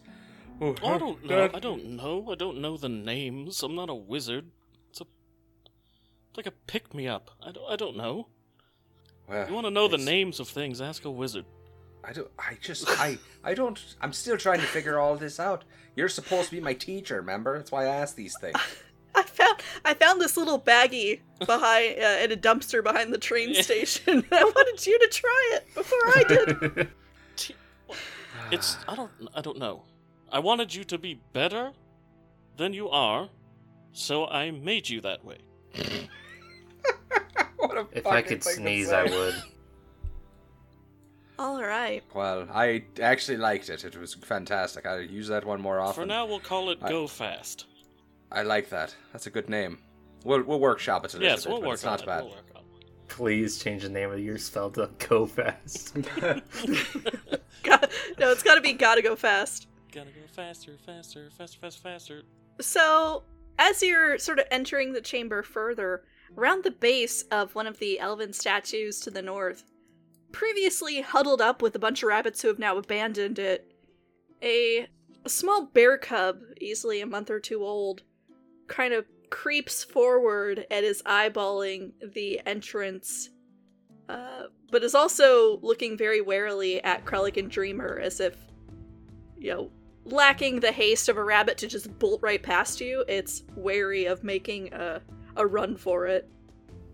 [SPEAKER 1] oh,
[SPEAKER 2] I don't know. I don't know. I don't know the names. I'm not a wizard. It's a it's like a pick me up. I don't, I don't know.
[SPEAKER 1] Well,
[SPEAKER 2] You want to know
[SPEAKER 1] Uh,
[SPEAKER 2] the
[SPEAKER 1] it's-
[SPEAKER 2] names of things? Ask a wizard.
[SPEAKER 1] I don't. I just. I. I don't. I'm still trying to figure all this out. You're supposed to be my teacher. Remember? That's why I ask these things.
[SPEAKER 3] I found I found this little baggie behind uh, in a dumpster behind the train station. [LAUGHS] I wanted you to try it before I did.
[SPEAKER 1] [SIGHS]
[SPEAKER 2] It's I don't I don't know. I wanted you to be better than you are, so I made you that way.
[SPEAKER 1] what a
[SPEAKER 5] If I
[SPEAKER 1] fucking
[SPEAKER 5] could
[SPEAKER 1] thing to
[SPEAKER 5] sneeze,
[SPEAKER 1] say.
[SPEAKER 5] I would.
[SPEAKER 3] [LAUGHS] All right.
[SPEAKER 1] Well, I actually liked it. It was fantastic. I use that one more often.
[SPEAKER 2] For now, we'll call it
[SPEAKER 1] I-
[SPEAKER 2] Go Fast.
[SPEAKER 1] I like that. That's a good name. We'll, we'll workshop it a little
[SPEAKER 2] Yes,
[SPEAKER 1] bit,
[SPEAKER 2] we'll
[SPEAKER 1] but
[SPEAKER 2] work
[SPEAKER 1] it's
[SPEAKER 2] on
[SPEAKER 1] not
[SPEAKER 2] it.
[SPEAKER 1] bad.
[SPEAKER 2] We'll work on it.
[SPEAKER 5] Please change the name of your spell to Go Fast.
[SPEAKER 3] Got- no, it's got to be gotta go fast.
[SPEAKER 2] Gotta go faster, faster, faster, faster, faster.
[SPEAKER 3] So, as you're sort of entering the chamber further, around the base of one of the elven statues to the north, previously huddled up with a bunch of rabbits who have now abandoned it, a, a small bear cub, easily a month or two old, kind of creeps forward and is eyeballing the entrance. Uh, but is also looking very warily at Krellick and Dreamer as if, you know, lacking the haste of a rabbit to just bolt right past you, it's wary of making a a run for it.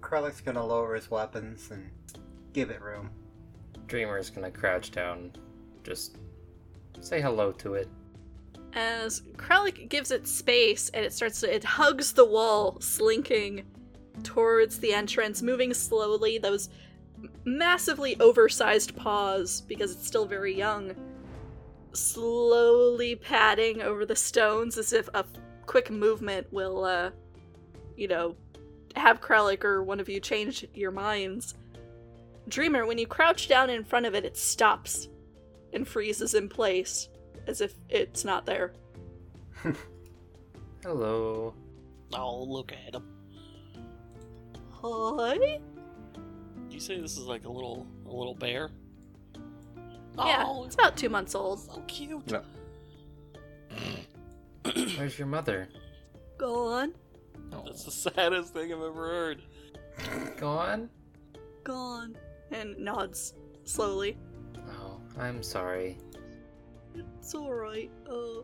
[SPEAKER 6] Krellick's gonna lower his weapons and give it room.
[SPEAKER 5] Dreamer's gonna crouch down. Just say hello to it.
[SPEAKER 3] As Kralik gives it space and it starts to it hugs the wall, slinking towards the entrance, moving slowly, those massively oversized paws, because it's still very young, slowly padding over the stones as if a quick movement will uh you know, have Kralik or one of you change your minds. Dreamer, when you crouch down in front of it, it stops and freezes in place as if it's not there.
[SPEAKER 5] Hello.
[SPEAKER 2] Oh, look at him.
[SPEAKER 3] Hi?
[SPEAKER 2] You say this is like a little a little bear?
[SPEAKER 3] Yeah,
[SPEAKER 2] Oh,
[SPEAKER 3] it's about two months old.
[SPEAKER 2] so cute.
[SPEAKER 1] No.
[SPEAKER 5] Where's your mother?
[SPEAKER 3] Gone,
[SPEAKER 2] [COUGHS] That's the saddest thing I've ever heard.
[SPEAKER 5] Gone?
[SPEAKER 3] gone. And nods slowly.
[SPEAKER 5] Oh, I'm sorry.
[SPEAKER 3] It's alright. Uh,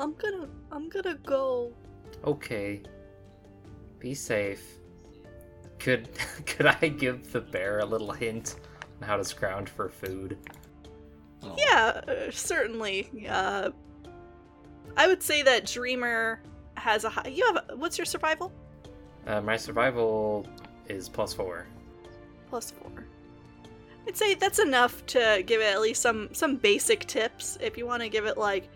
[SPEAKER 3] I'm gonna, I'm gonna go.
[SPEAKER 5] Okay. Be safe. Could [LAUGHS] could I give the bear a little hint on how to scrounge for food?
[SPEAKER 2] Oh.
[SPEAKER 3] Yeah, uh, certainly. Uh, I would say that Dreamer has a high. You have a- what's your survival?
[SPEAKER 5] Uh, my survival is plus four.
[SPEAKER 3] Plus four. I'd say that's enough to give it at least some some basic tips. If you want to give it like,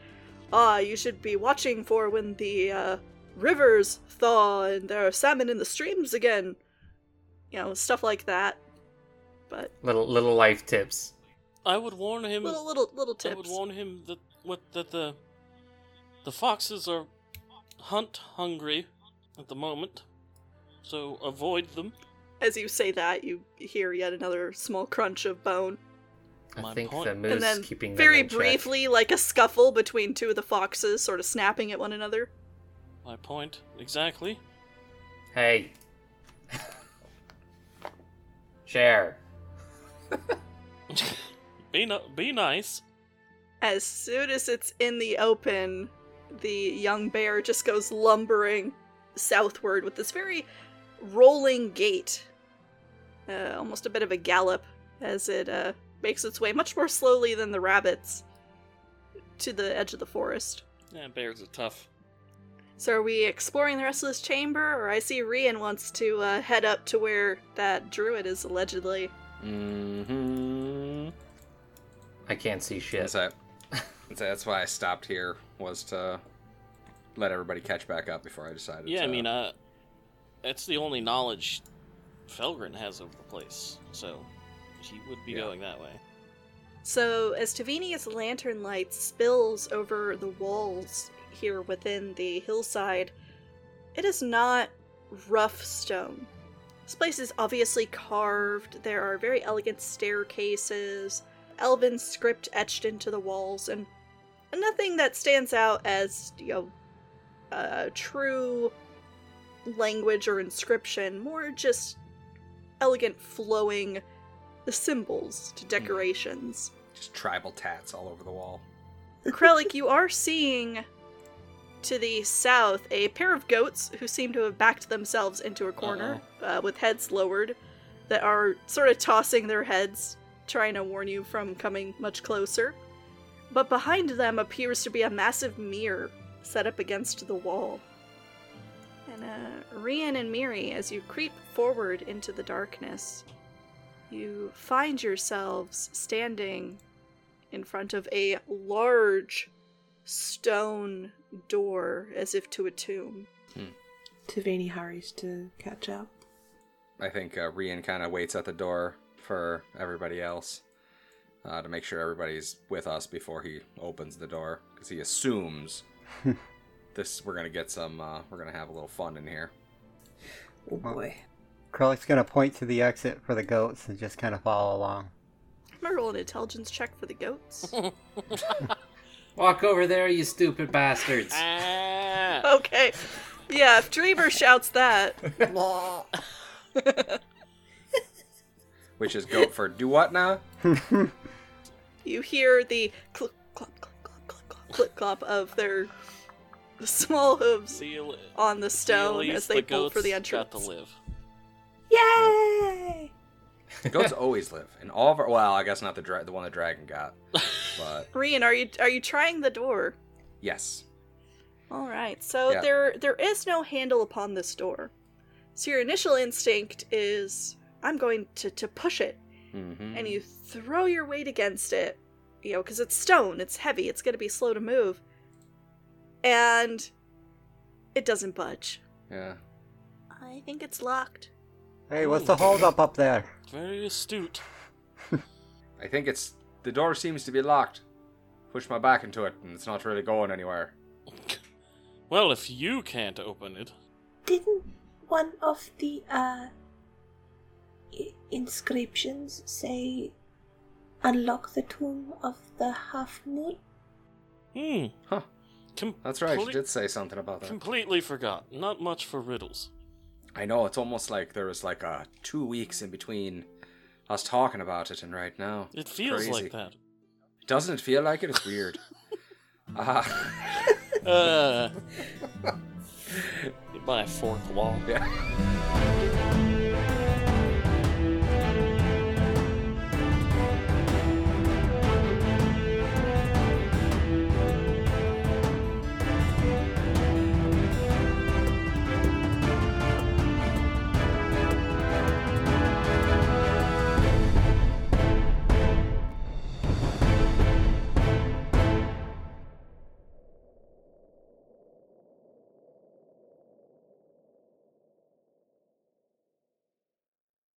[SPEAKER 3] ah, you should be watching for when the uh, rivers thaw and there are salmon in the streams again. You know, stuff like that. But
[SPEAKER 5] Little little life tips.
[SPEAKER 2] I would warn him.
[SPEAKER 3] little little little
[SPEAKER 2] I would
[SPEAKER 3] tips.
[SPEAKER 2] warn him that what that the the foxes are hunt hungry at the moment, so avoid them.
[SPEAKER 3] As you say that, you hear yet another small crunch of bone.
[SPEAKER 5] I
[SPEAKER 2] My
[SPEAKER 5] think
[SPEAKER 2] point.
[SPEAKER 5] the
[SPEAKER 2] And
[SPEAKER 5] moose
[SPEAKER 3] and then
[SPEAKER 5] keeping them
[SPEAKER 3] very
[SPEAKER 5] in check.
[SPEAKER 3] briefly like a scuffle between two of the foxes sort of snapping at one another
[SPEAKER 2] My point exactly. [LAUGHS]
[SPEAKER 5] Hey. [LAUGHS] Share.
[SPEAKER 2] Be no, be nice.
[SPEAKER 3] as soon as it's in the open the young bear just goes lumbering southward with this very rolling gait uh, almost a bit of a gallop as it uh, makes its way much more slowly than the rabbits to the edge of the forest
[SPEAKER 2] Yeah, bears are tough.
[SPEAKER 3] so are we exploring the rest of this chamber or i see rian wants to uh, head up to where that druid is allegedly
[SPEAKER 1] Mm-hmm.
[SPEAKER 5] I can't see shit.
[SPEAKER 1] So, so that's why I stopped here was to let everybody catch back up before I decided.
[SPEAKER 2] Yeah, I
[SPEAKER 1] to-
[SPEAKER 2] mean, uh, that's the only knowledge Felgren has of the place, so he would be
[SPEAKER 1] Yeah.
[SPEAKER 2] going
[SPEAKER 3] [LAUGHS]
[SPEAKER 2] that way.
[SPEAKER 3] So, as Tavinia's lantern light spills over the walls here within the hillside, it is not rough stone. This place is obviously carved, there are very elegant staircases, elven script etched into the walls, and nothing that stands out as, you know, uh, true language or inscription, more just elegant flowing symbols to decorations.
[SPEAKER 1] just tribal tats all over the wall.
[SPEAKER 3] Krellik, you are seeing to the south a pair of goats who seem to have backed themselves into a corner uh, with heads lowered that are sort of tossing their heads, trying to warn you from coming much closer. But behind them appears to be a massive mirror set up against the wall. And uh, Rian and Miri, as you creep forward into the darkness, you find yourselves standing in front of a large stone door as if to a tomb.
[SPEAKER 4] Tavini hurries to catch up.
[SPEAKER 1] I think uh, Rian kind of waits at the door for everybody else uh, to make sure everybody's with us before he opens the door because he assumes this we're gonna get some uh, we're gonna have a little fun in here.
[SPEAKER 4] Oh boy.
[SPEAKER 6] Krellik's gonna point to the exit for the goats and just kind of follow along.
[SPEAKER 3] I'm gonna roll an intelligence check for the goats.
[SPEAKER 5] Walk over there, you stupid bastards.
[SPEAKER 2] Ah!
[SPEAKER 3] okay. Yeah, if Dreamer shouts that,
[SPEAKER 1] Which is goat for do what now?
[SPEAKER 3] you hear the clip, clop, clop, clop, clop, clop, clip, clop of their small hooves
[SPEAKER 2] See you la-
[SPEAKER 3] on the
[SPEAKER 2] see you
[SPEAKER 3] stone
[SPEAKER 2] least
[SPEAKER 3] as they
[SPEAKER 2] the
[SPEAKER 3] pull for
[SPEAKER 2] goats
[SPEAKER 3] the
[SPEAKER 2] Got to
[SPEAKER 3] entrance.
[SPEAKER 2] live.
[SPEAKER 4] Yay!
[SPEAKER 1] Goats always live, and all of our well, I guess not the dra- the one the dragon got, but
[SPEAKER 3] Rian, are you are you trying the door?
[SPEAKER 1] yes,
[SPEAKER 3] All right. So
[SPEAKER 1] Yeah.
[SPEAKER 3] there there is no handle upon this door. So your initial instinct is I'm going to to push it
[SPEAKER 1] mm-hmm.
[SPEAKER 3] and you throw your weight against it, you know, because it's stone, it's heavy, it's going to be slow to move. And it doesn't budge.
[SPEAKER 1] yeah,
[SPEAKER 3] I think it's locked.
[SPEAKER 6] Hey, what's the holdup up there?
[SPEAKER 2] Very astute.
[SPEAKER 1] I think it's the door seems to be locked. Push my back into it, and it's not really going anywhere.
[SPEAKER 2] Well, if you can't open it,
[SPEAKER 7] Didn't one of the uh, i- inscriptions say unlock the tomb of the half moon?
[SPEAKER 2] hmm.
[SPEAKER 1] Huh.
[SPEAKER 2] Com-
[SPEAKER 1] That's right. She
[SPEAKER 2] ple-
[SPEAKER 1] did say something about that.
[SPEAKER 2] Completely forgot. Not much for riddles.
[SPEAKER 1] I know it's almost like there was like uh, two weeks in between us talking about it and right now.
[SPEAKER 2] It feels
[SPEAKER 1] Crazy.
[SPEAKER 2] like that. [LAUGHS]
[SPEAKER 1] [LAUGHS] Doesn't it feel like it? It's weird. uh, [LAUGHS]
[SPEAKER 2] Uh, you buy a fourth wall.
[SPEAKER 1] Yeah.